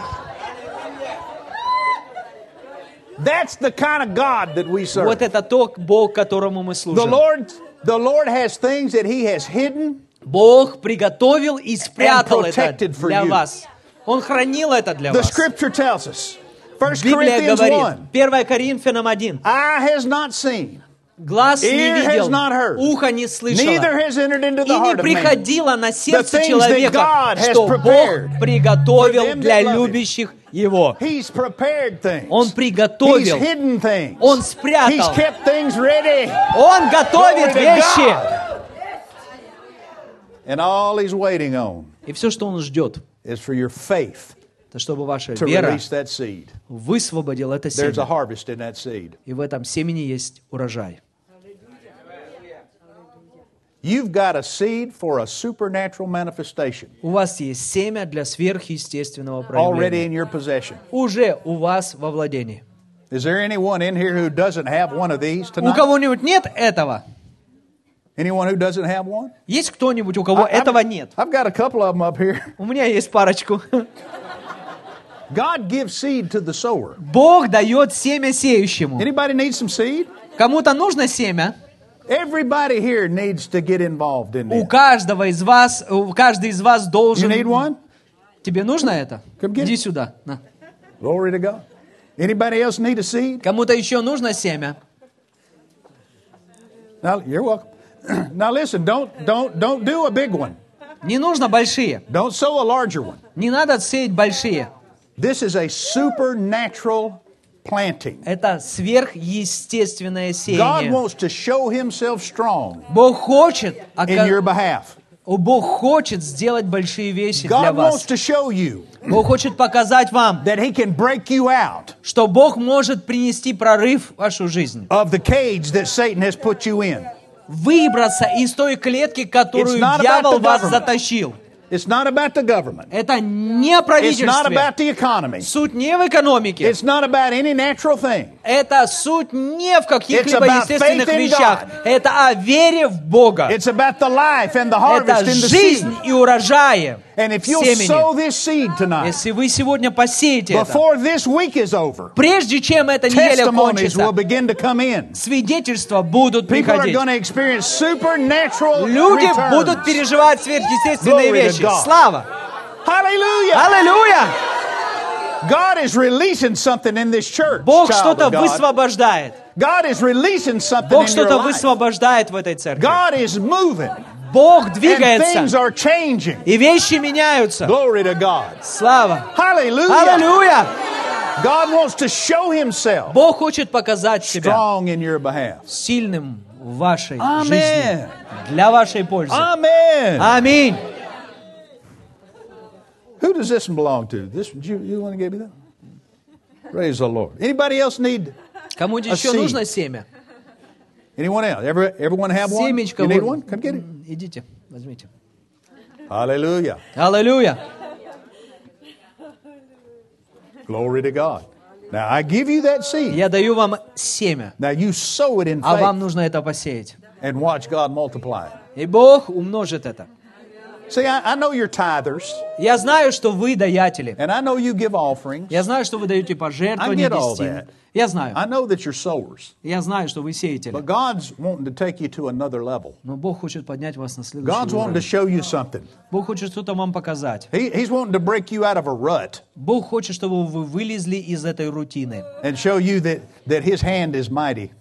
S1: That's the kind of God that we serve.
S2: Вот это тот Бог, которому мы
S1: The
S2: служим.
S1: Lord, the Lord has things that He has hidden
S2: Бог приготовил и спрятал это
S1: protected for
S2: для
S1: you.
S2: вас. Он хранил это для
S1: The
S2: вас.
S1: scripture tells us. 1
S2: Библия
S1: Corinthians
S2: говорит,
S1: 1.
S2: 1 Коринфянам 1,
S1: Eye has not seen,
S2: глаз не
S1: Ear has
S2: видел,
S1: not heard.
S2: ухо не
S1: neither
S2: слышало,
S1: has entered into
S2: и
S1: the
S2: не
S1: heart of man.
S2: приходило на сердце
S1: things that
S2: человека,
S1: God has
S2: что Бог
S1: prepared for
S2: приготовил
S1: them that
S2: для
S1: love Him.
S2: любящих Его.
S1: He's prepared things.
S2: Он
S1: He's
S2: приготовил,
S1: hidden things.
S2: Он спрятал.
S1: He's kept things ready.
S2: Он готовит
S1: Glory to
S2: вещи.
S1: God. And all He's waiting on
S2: И все, что Он ждет,
S1: is for your faith
S2: это чтобы ваша
S1: to
S2: вера
S1: release that seed.
S2: высвободила это
S1: There's a
S2: семя.
S1: harvest in that seed.
S2: И в этом семени есть урожай.
S1: You've got a seed for a supernatural manifestation
S2: У вас есть семя для сверхъестественного
S1: already
S2: проявления.
S1: in your possession.
S2: Уже у вас во владении.
S1: Is there anyone in here who doesn't have one of these
S2: У
S1: tonight?
S2: кого-нибудь нет этого?
S1: Anyone who doesn't have one?
S2: Есть кто-нибудь, у кого
S1: I- I've-
S2: этого нет?
S1: I've got a couple of them up here.
S2: У меня есть парочку.
S1: God gives seed to the sower.
S2: Bог дает семя сеющему.
S1: Anybody need some seed?
S2: Кому-то нужно семя?
S1: Everybody here needs to get involved in
S2: У
S1: this.
S2: каждого из вас, у каждый из вас
S1: You
S2: должен...
S1: need one?
S2: Тебе нужно это?
S1: Come get it.
S2: Иди сюда. на.
S1: Glory to God. Anybody else need a seed?
S2: Кому-то еще нужно семя?
S1: Now you're welcome. now listen, don't don't don't do a big one.
S2: Не нужно большие.
S1: Don't sow a larger one.
S2: Не надо сеять большие.
S1: This is a supernatural planting.
S2: Это сверхъестественное
S1: God
S2: сеяние.
S1: wants to show himself strong
S2: Бог хочет, а
S1: in your behalf.
S2: О, Бог хочет сделать большие вещи для
S1: God wants
S2: вас.
S1: to show you
S2: Бог хочет показать вам,
S1: that He can break you out
S2: что Бог может принести прорыв в вашу жизнь.
S1: of the cage that Satan has put you in.
S2: Выбраться из той клетки, которую
S1: It's not about the
S2: дьявол вас
S1: government.
S2: затащил.
S1: It's not about the government.
S2: Это не о
S1: It's not
S2: правительстве.
S1: about the economy.
S2: Суть не в экономике.
S1: It's not about any natural thing.
S2: Это суть не в каких-либо
S1: It's about
S2: естественных
S1: faith in
S2: вещах.
S1: God.
S2: Это о вере в Бога.
S1: It's about the life and the harvest
S2: Это
S1: and the seed.
S2: жизнь и урожае
S1: And if you'll
S2: семени.
S1: sow this seed tonight,
S2: Если вы сегодня посеете это,
S1: before this week is over,
S2: прежде чем эта неделя
S1: testimonies
S2: кончится,
S1: will begin to come in.
S2: свидетельства будут
S1: People are
S2: приходить.
S1: going to experience supernatural
S2: Люди будут
S1: returns.
S2: переживать
S1: Glory
S2: сверхъестественные
S1: to
S2: вещи.
S1: God.
S2: Слава!
S1: Hallelujah!
S2: Аллилуйя!
S1: God is releasing something in this church.
S2: Бог
S1: child
S2: что-то
S1: of God.
S2: высвобождает.
S1: God is releasing something
S2: Бог
S1: in your
S2: что-то
S1: life.
S2: высвобождает в этой церкви.
S1: God is moving.
S2: Бог
S1: And things
S2: двигается.
S1: are changing.
S2: И вещи меняются.
S1: Glory to God.
S2: Слава!
S1: Hallelujah.
S2: Аллилуйя!
S1: God wants to show himself
S2: Бог хочет показать себя
S1: strong in your behalf.
S2: сильным в вашей
S1: Amen.
S2: жизни. Для вашей пользы.
S1: Amen.
S2: Аминь.
S1: Who does this one belong to? This you, you want to give me that? Praise the Lord. Anybody else need
S2: Кому еще
S1: seed.
S2: нужно семя?
S1: anyone else? Every, everyone have one?
S2: Семечко.
S1: You need
S2: вот.
S1: one? Come get it.
S2: Идите, возьмите.
S1: Hallelujah.
S2: Аллилуйя!
S1: Glory to God. Now I give you that seed.
S2: Я даю вам семя,
S1: Now you sow it in
S2: а вам
S1: faith
S2: нужно это посеять.
S1: and watch God multiply it.
S2: И Бог умножит это.
S1: See, I, I know you're tithers,
S2: Я знаю, что вы даятели.
S1: and I know you give offerings.
S2: Я знаю, что вы даете
S1: I
S2: пожертвования
S1: get all
S2: десятин.
S1: that.
S2: Я знаю.
S1: I know that you're sowers,
S2: Я знаю, что вы сеятели.
S1: but God's wanting to take you to another level.
S2: Но Бог хочет поднять вас на следующий
S1: God's wanting to
S2: уровень.
S1: show you something.
S2: Бог хочет что-то вам показать.
S1: He, he's wanting to break you out of a rut
S2: Бог хочет, чтобы вы вылезли из этой рутины.
S1: and show you that, that His hand is mighty.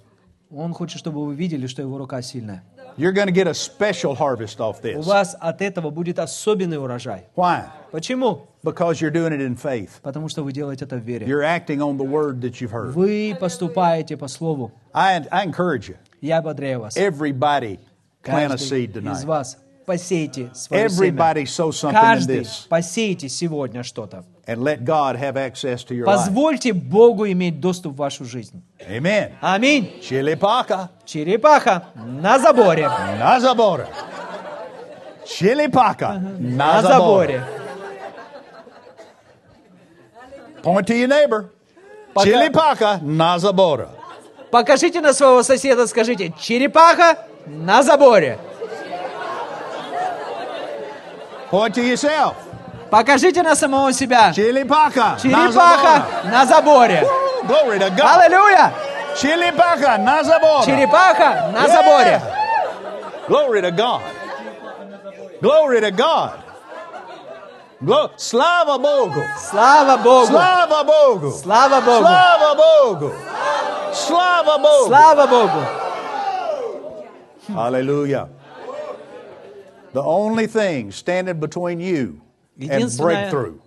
S2: Он хочет, чтобы вы видели, что его рука сильная.
S1: You're going to get a special harvest off
S2: У
S1: this.
S2: вас от этого будет особенный урожай.
S1: Why?
S2: Почему?
S1: Because you're doing it in faith.
S2: Потому что вы делаете это в вере.
S1: You're acting on the word that you've heard.
S2: Вы поступаете по слову.
S1: I, I encourage you.
S2: Я ободряю вас.
S1: Everybody plant a
S2: Каждый
S1: seed
S2: из
S1: tonight.
S2: вас посейте свое семя.
S1: Everybody sow something in
S2: Каждый
S1: this
S2: посейте сегодня что-то.
S1: and let God have access to your life.
S2: Позвольте Богу иметь доступ в вашу жизнь.
S1: Amen.
S2: Аминь.
S1: Chilipaka.
S2: Черепаха на заборе.
S1: Na zabora. Chilipaka.
S2: На
S1: Na zabora.
S2: заборе.
S1: Point to your neighbor.
S2: Пока-
S1: Chilipaka. Na zabora.
S2: Покажите на своего соседа, скажите, черепаха на заборе.
S1: Point to yourself.
S2: Покажите на самого себя.
S1: Chilipaka. Na zabora.
S2: Черепаха на заборе.
S1: Woo, Glory to God.
S2: Аллилуйя!
S1: Chilipaka. Na zabora.
S2: Черепаха на
S1: Yeah.
S2: заборе.
S1: Glory to God. Glory to God. Glo- Slava Bogu.
S2: Слава Богу!
S1: Slava Bogu.
S2: Слава Богу!
S1: Slava Bogu. Slava Bogu.
S2: Слава Богу!
S1: Hallelujah. The only thing standing between you and
S2: Единственное-
S1: breakthrough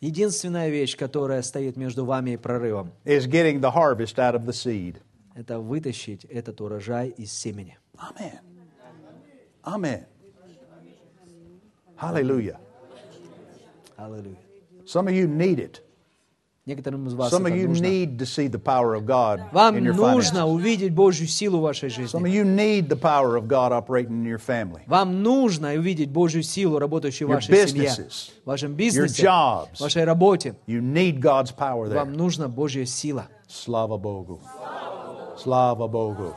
S2: Единственная вещь, которая стоит между вами и прорывом,
S1: is getting the harvest out of the seed.
S2: это вытащить этот урожай из семени.
S1: Amen. Amen. Hallelujah.
S2: Аллилуйя.
S1: Some of you need it.
S2: Некоторым из вас
S1: Some of
S2: это
S1: you
S2: нужно.
S1: need to see the power of God
S2: Вам
S1: in your finances.
S2: нужно увидеть Божью силу в вашей
S1: Some
S2: жизни.
S1: of you need the power of God operating in your family.
S2: Вам нужно увидеть Божью силу, работающую в
S1: Your
S2: вашей семье,
S1: businesses,
S2: в вашем бизнесе,
S1: your jobs.
S2: в вашей работе.
S1: You need God's power there.
S2: Вам нужна Божья сила.
S1: Slava Bogu. Slava Bogu.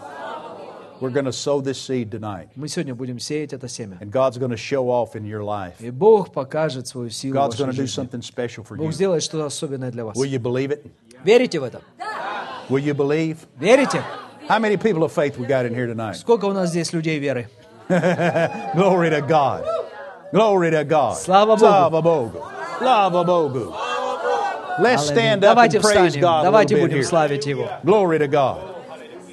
S1: We're going to sow this seed tonight,
S2: Мы сегодня будем сеять это семя.
S1: and God's going to show off in your life.
S2: И Бог покажет свою силу в
S1: God's
S2: вашей
S1: going to do
S2: жизни.
S1: something special for
S2: Бог
S1: you.
S2: сделает что-то особенное для вас.
S1: Will you believe it?
S2: Верите в это?
S1: Will you believe?
S2: Верите?
S1: How many people of faith we got in here tonight?
S2: Сколько у нас здесь людей веры?
S1: Glory to God. Glory to God.
S2: Slava Bogu.
S1: Slava Bogu. Slava Bogu. Let's stand up and
S2: Давайте
S1: praise
S2: встанем,
S1: God a
S2: давайте
S1: little bit
S2: будем
S1: here.
S2: славить Его.
S1: Glory to God.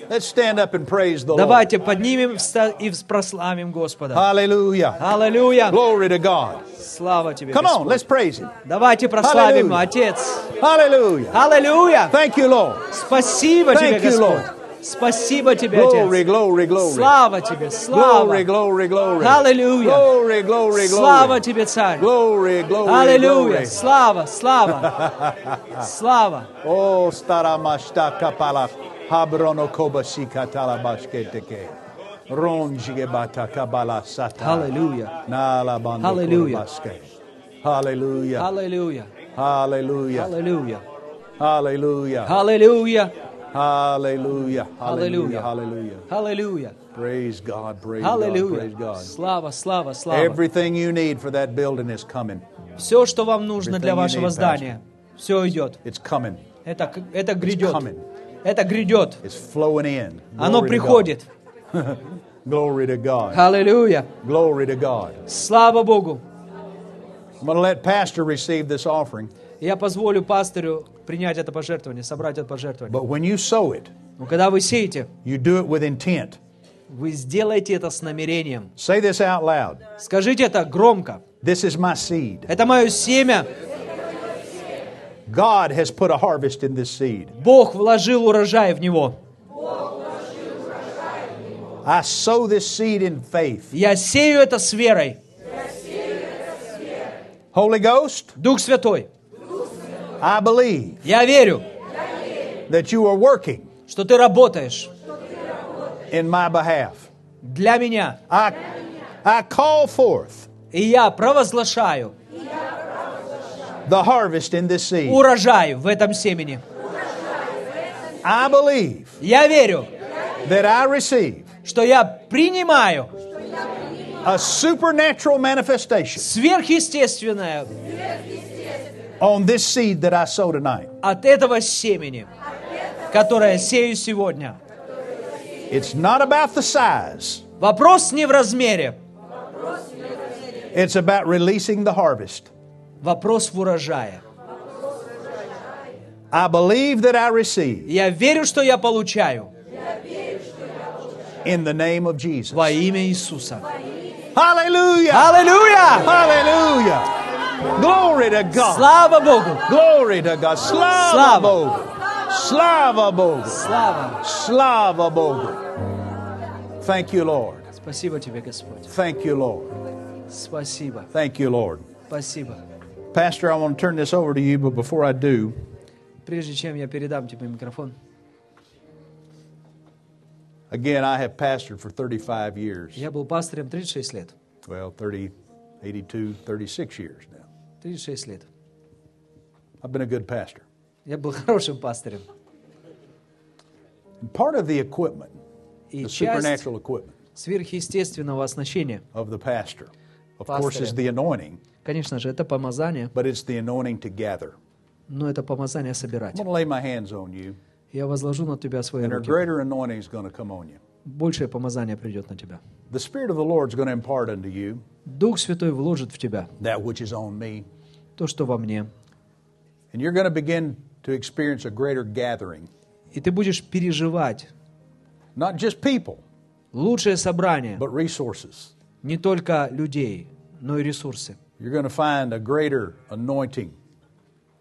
S1: Let's stand up and praise the Lord.
S2: Давайте поднимем вста- и прославим Господа.
S1: Hallelujah.
S2: Аллилуйя!
S1: Glory to God.
S2: Слава Тебе,
S1: Come on,
S2: Господь.
S1: let's praise Him.
S2: Давайте прославим,
S1: Hallelujah.
S2: Отец.
S1: Hallelujah.
S2: Аллилуйя!
S1: Thank you, Lord.
S2: Спасибо Тебе,
S1: Thank you,
S2: Господь. Спасибо Тебе,
S1: Glory,
S2: Отец.
S1: glory, glory.
S2: Слава Тебе,
S1: Glory,
S2: слава.
S1: glory, glory.
S2: Hallelujah.
S1: Glory, glory,
S2: Слава
S1: glory.
S2: Тебе, Царь.
S1: Glory, glory,
S2: Аллилуйя!
S1: glory.
S2: Слава, слава. Слава.
S1: Oh, staramashta kapala habrono kobasi katala bashketeke. Ronjigebata kabala sata.
S2: Hallelujah.
S1: Nala bando
S2: Hallelujah.
S1: kurabaske. Hallelujah.
S2: Аллилуйя.
S1: Hallelujah.
S2: Аллилуйя.
S1: Hallelujah.
S2: Аллилуйя.
S1: Hallelujah. Hallelujah.
S2: Hallelujah.
S1: Hallelujah.
S2: Аллилуйя.
S1: Praise God. Praise God. Praise
S2: Аллилуйя.
S1: God.
S2: Слава, слава, слава.
S1: Everything you need for that building is coming.
S2: Все, что вам нужно
S1: Everything
S2: для
S1: you
S2: вашего
S1: need,
S2: здания, все идет.
S1: It's coming.
S2: Это, к- это грядет.
S1: coming.
S2: Это грядет.
S1: It's flowing in.
S2: Оно
S1: Glory to
S2: приходит.
S1: God. Glory to God.
S2: Аллилуйя.
S1: Glory to God.
S2: Слава Богу.
S1: I'm going to let Pastor receive this offering,
S2: Я позволю пастырю принять это пожертвование, собрать это пожертвование.
S1: but when you sow it,
S2: Но когда вы сеете,
S1: you do it with intent.
S2: вы сделаете это с намерением.
S1: Say this out loud.
S2: Скажите это громко.
S1: This is my seed.
S2: Это мое семя.
S1: God has put a harvest in this seed.
S2: Бог вложил урожай в него.
S1: I sow this seed in faith.
S2: Я сею это с верой.
S1: Holy Ghost,
S2: Дух Святой,
S1: I believe
S2: я верю,
S1: that you are working
S2: что ты работаешь
S1: in my behalf.
S2: для меня.
S1: I, I call forth
S2: И я провозглашаю
S1: the harvest in this seed.
S2: урожай в этом семени.
S1: I believe
S2: Я верю,
S1: that I receive
S2: что я принимаю
S1: a supernatural manifestation
S2: сверхъестественное
S1: on this seed that I sow tonight.
S2: от этого семени, которое сею сегодня.
S1: It's not about the size,
S2: Вопрос не в размере,
S1: it's about releasing the harvest.
S2: вопрос в урожае.
S1: I believe that I receive
S2: Я верю, что я получаю
S1: in the name of Jesus.
S2: во имя Иисуса.
S1: Hallelujah!
S2: Аллилуйя!
S1: Hallelujah! Glory to God!
S2: Слава Богу!
S1: Glory to God! Slava
S2: Slava.
S1: Bogu! Slava Bogu!
S2: Слава!
S1: Slava Bogu! Thank you, Lord.
S2: Спасибо тебе, Господь.
S1: Thank you, Lord.
S2: Спасибо.
S1: Thank you, Lord.
S2: Спасибо.
S1: Pastor, I want to turn this over to you, but before I do,
S2: Прежде чем я передам тебе микрофон,
S1: again, I have pastored for 35 years.
S2: я был пастором 36 лет.
S1: Well, 30, 82, 36 years now.
S2: 36 лет.
S1: I've been a good pastor.
S2: Я был хорошим пастором.
S1: And part of the equipment,
S2: И
S1: the
S2: часть
S1: supernatural equipment
S2: сверхъестественного оснащения,
S1: of the pastor, of course,
S2: Pastor.
S1: is the anointing,
S2: конечно же, это помазание,
S1: but it's the anointing to gather.
S2: но это помазание собирать.
S1: I'm going to lay my hands on you,
S2: Я возложу на тебя свои
S1: and a
S2: руки.
S1: greater anointing is going to come on you.
S2: Большее помазание придет на тебя.
S1: The Spirit of the Lord is going to impart unto you
S2: Дух Святой вложит в тебя
S1: that which is on me,
S2: то, что во мне.
S1: and you're going to begin to experience a greater gathering,
S2: И ты будешь переживать
S1: not just people,
S2: лучшее собрание,
S1: but resources.
S2: не только людей, но и ресурсы.
S1: You're going to find a greater anointing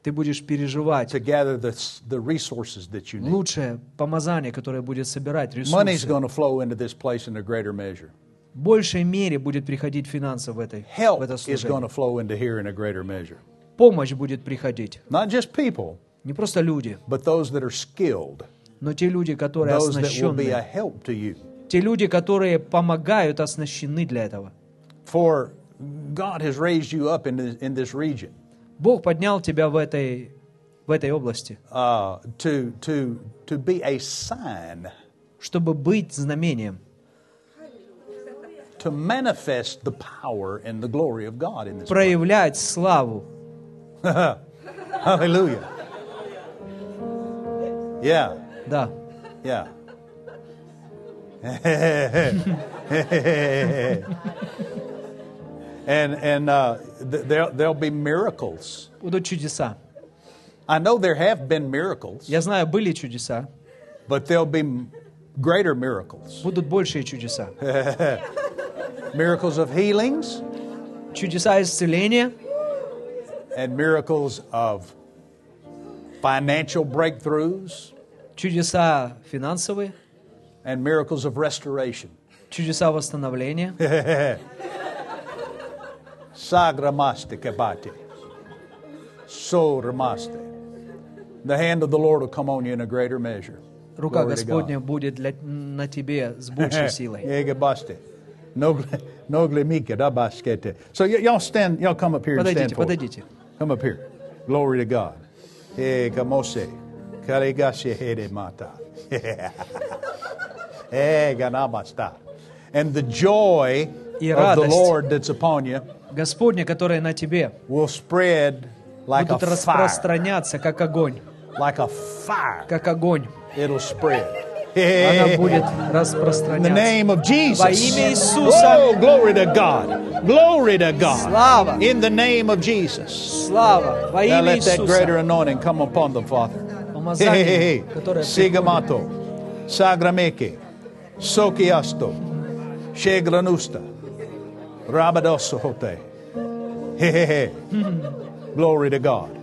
S2: Ты будешь переживать
S1: to gather the, the resources that you need.
S2: лучшее помазание, которое будет собирать
S1: Money's
S2: ресурсы.
S1: going to flow into this place in a greater measure.
S2: В большей мере будет приходить финансов в, этой, в
S1: Help
S2: это
S1: is going to
S2: служение.
S1: flow into here in a greater measure.
S2: Помощь будет приходить.
S1: Not just people,
S2: Не просто люди,
S1: but those that are skilled,
S2: но те люди, которые
S1: those that will be a
S2: оснащены.
S1: help to you.
S2: Те люди, которые помогают, оснащены для этого.
S1: For God has raised you up in this, in this region
S2: Бог поднял тебя в этой, в этой области,
S1: uh, to, to, to be a sign,
S2: чтобы быть знамением,
S1: to manifest the power and the glory of God in this place.
S2: проявлять славу.
S1: Hallelujah. Yeah,
S2: Да.
S1: yeah. and and uh, th- there, there'll be miracles.
S2: Будут чудеса.
S1: I know there have been miracles,
S2: Я знаю, были чудеса,
S1: but there'll be m- greater miracles
S2: будут большие чудеса.
S1: miracles of healings
S2: Чудеса исцеления,
S1: and miracles of financial breakthroughs
S2: чудеса финансовые,
S1: and miracles of restoration.
S2: чудеса восстановления.
S1: Sagramaste kebate. So ramaste. The hand of the Lord will come on you in a greater measure. Glory
S2: Рука
S1: to God.
S2: Господня будет для- на тебе с большей силой.
S1: Eh, Yeah, gebaste. No gle- no glemike dabaskete. So y- y'all stand, y'all come up here and stand
S2: Подойдите,
S1: forward.
S2: подойдите.
S1: Come up here. Glory to God. Eh, kamose. Karegashe here mata. Eh, ganabasta. And the joy
S2: И
S1: of the
S2: радость.
S1: Lord that's upon you
S2: Господня, которая на тебе,
S1: will spread like
S2: будут
S1: a fire.
S2: распространяться, как огонь.
S1: like a fire,
S2: Как огонь.
S1: it'll spread.
S2: Она будет
S1: In the
S2: распространяться.
S1: name of Jesus.
S2: Во имя Иисуса.
S1: Oh, glory to God. Glory to God.
S2: Слава.
S1: In the name of Jesus.
S2: Слава во
S1: Now
S2: имя
S1: let that greater
S2: Иисуса.
S1: anointing come upon them, Father. Hey, hey, hey.
S2: Помазание, которое
S1: Sigamato. Sagrameke. Sokiasto. Shegranusta. Rabadosohote. Hey, hey, hey. Glory to God.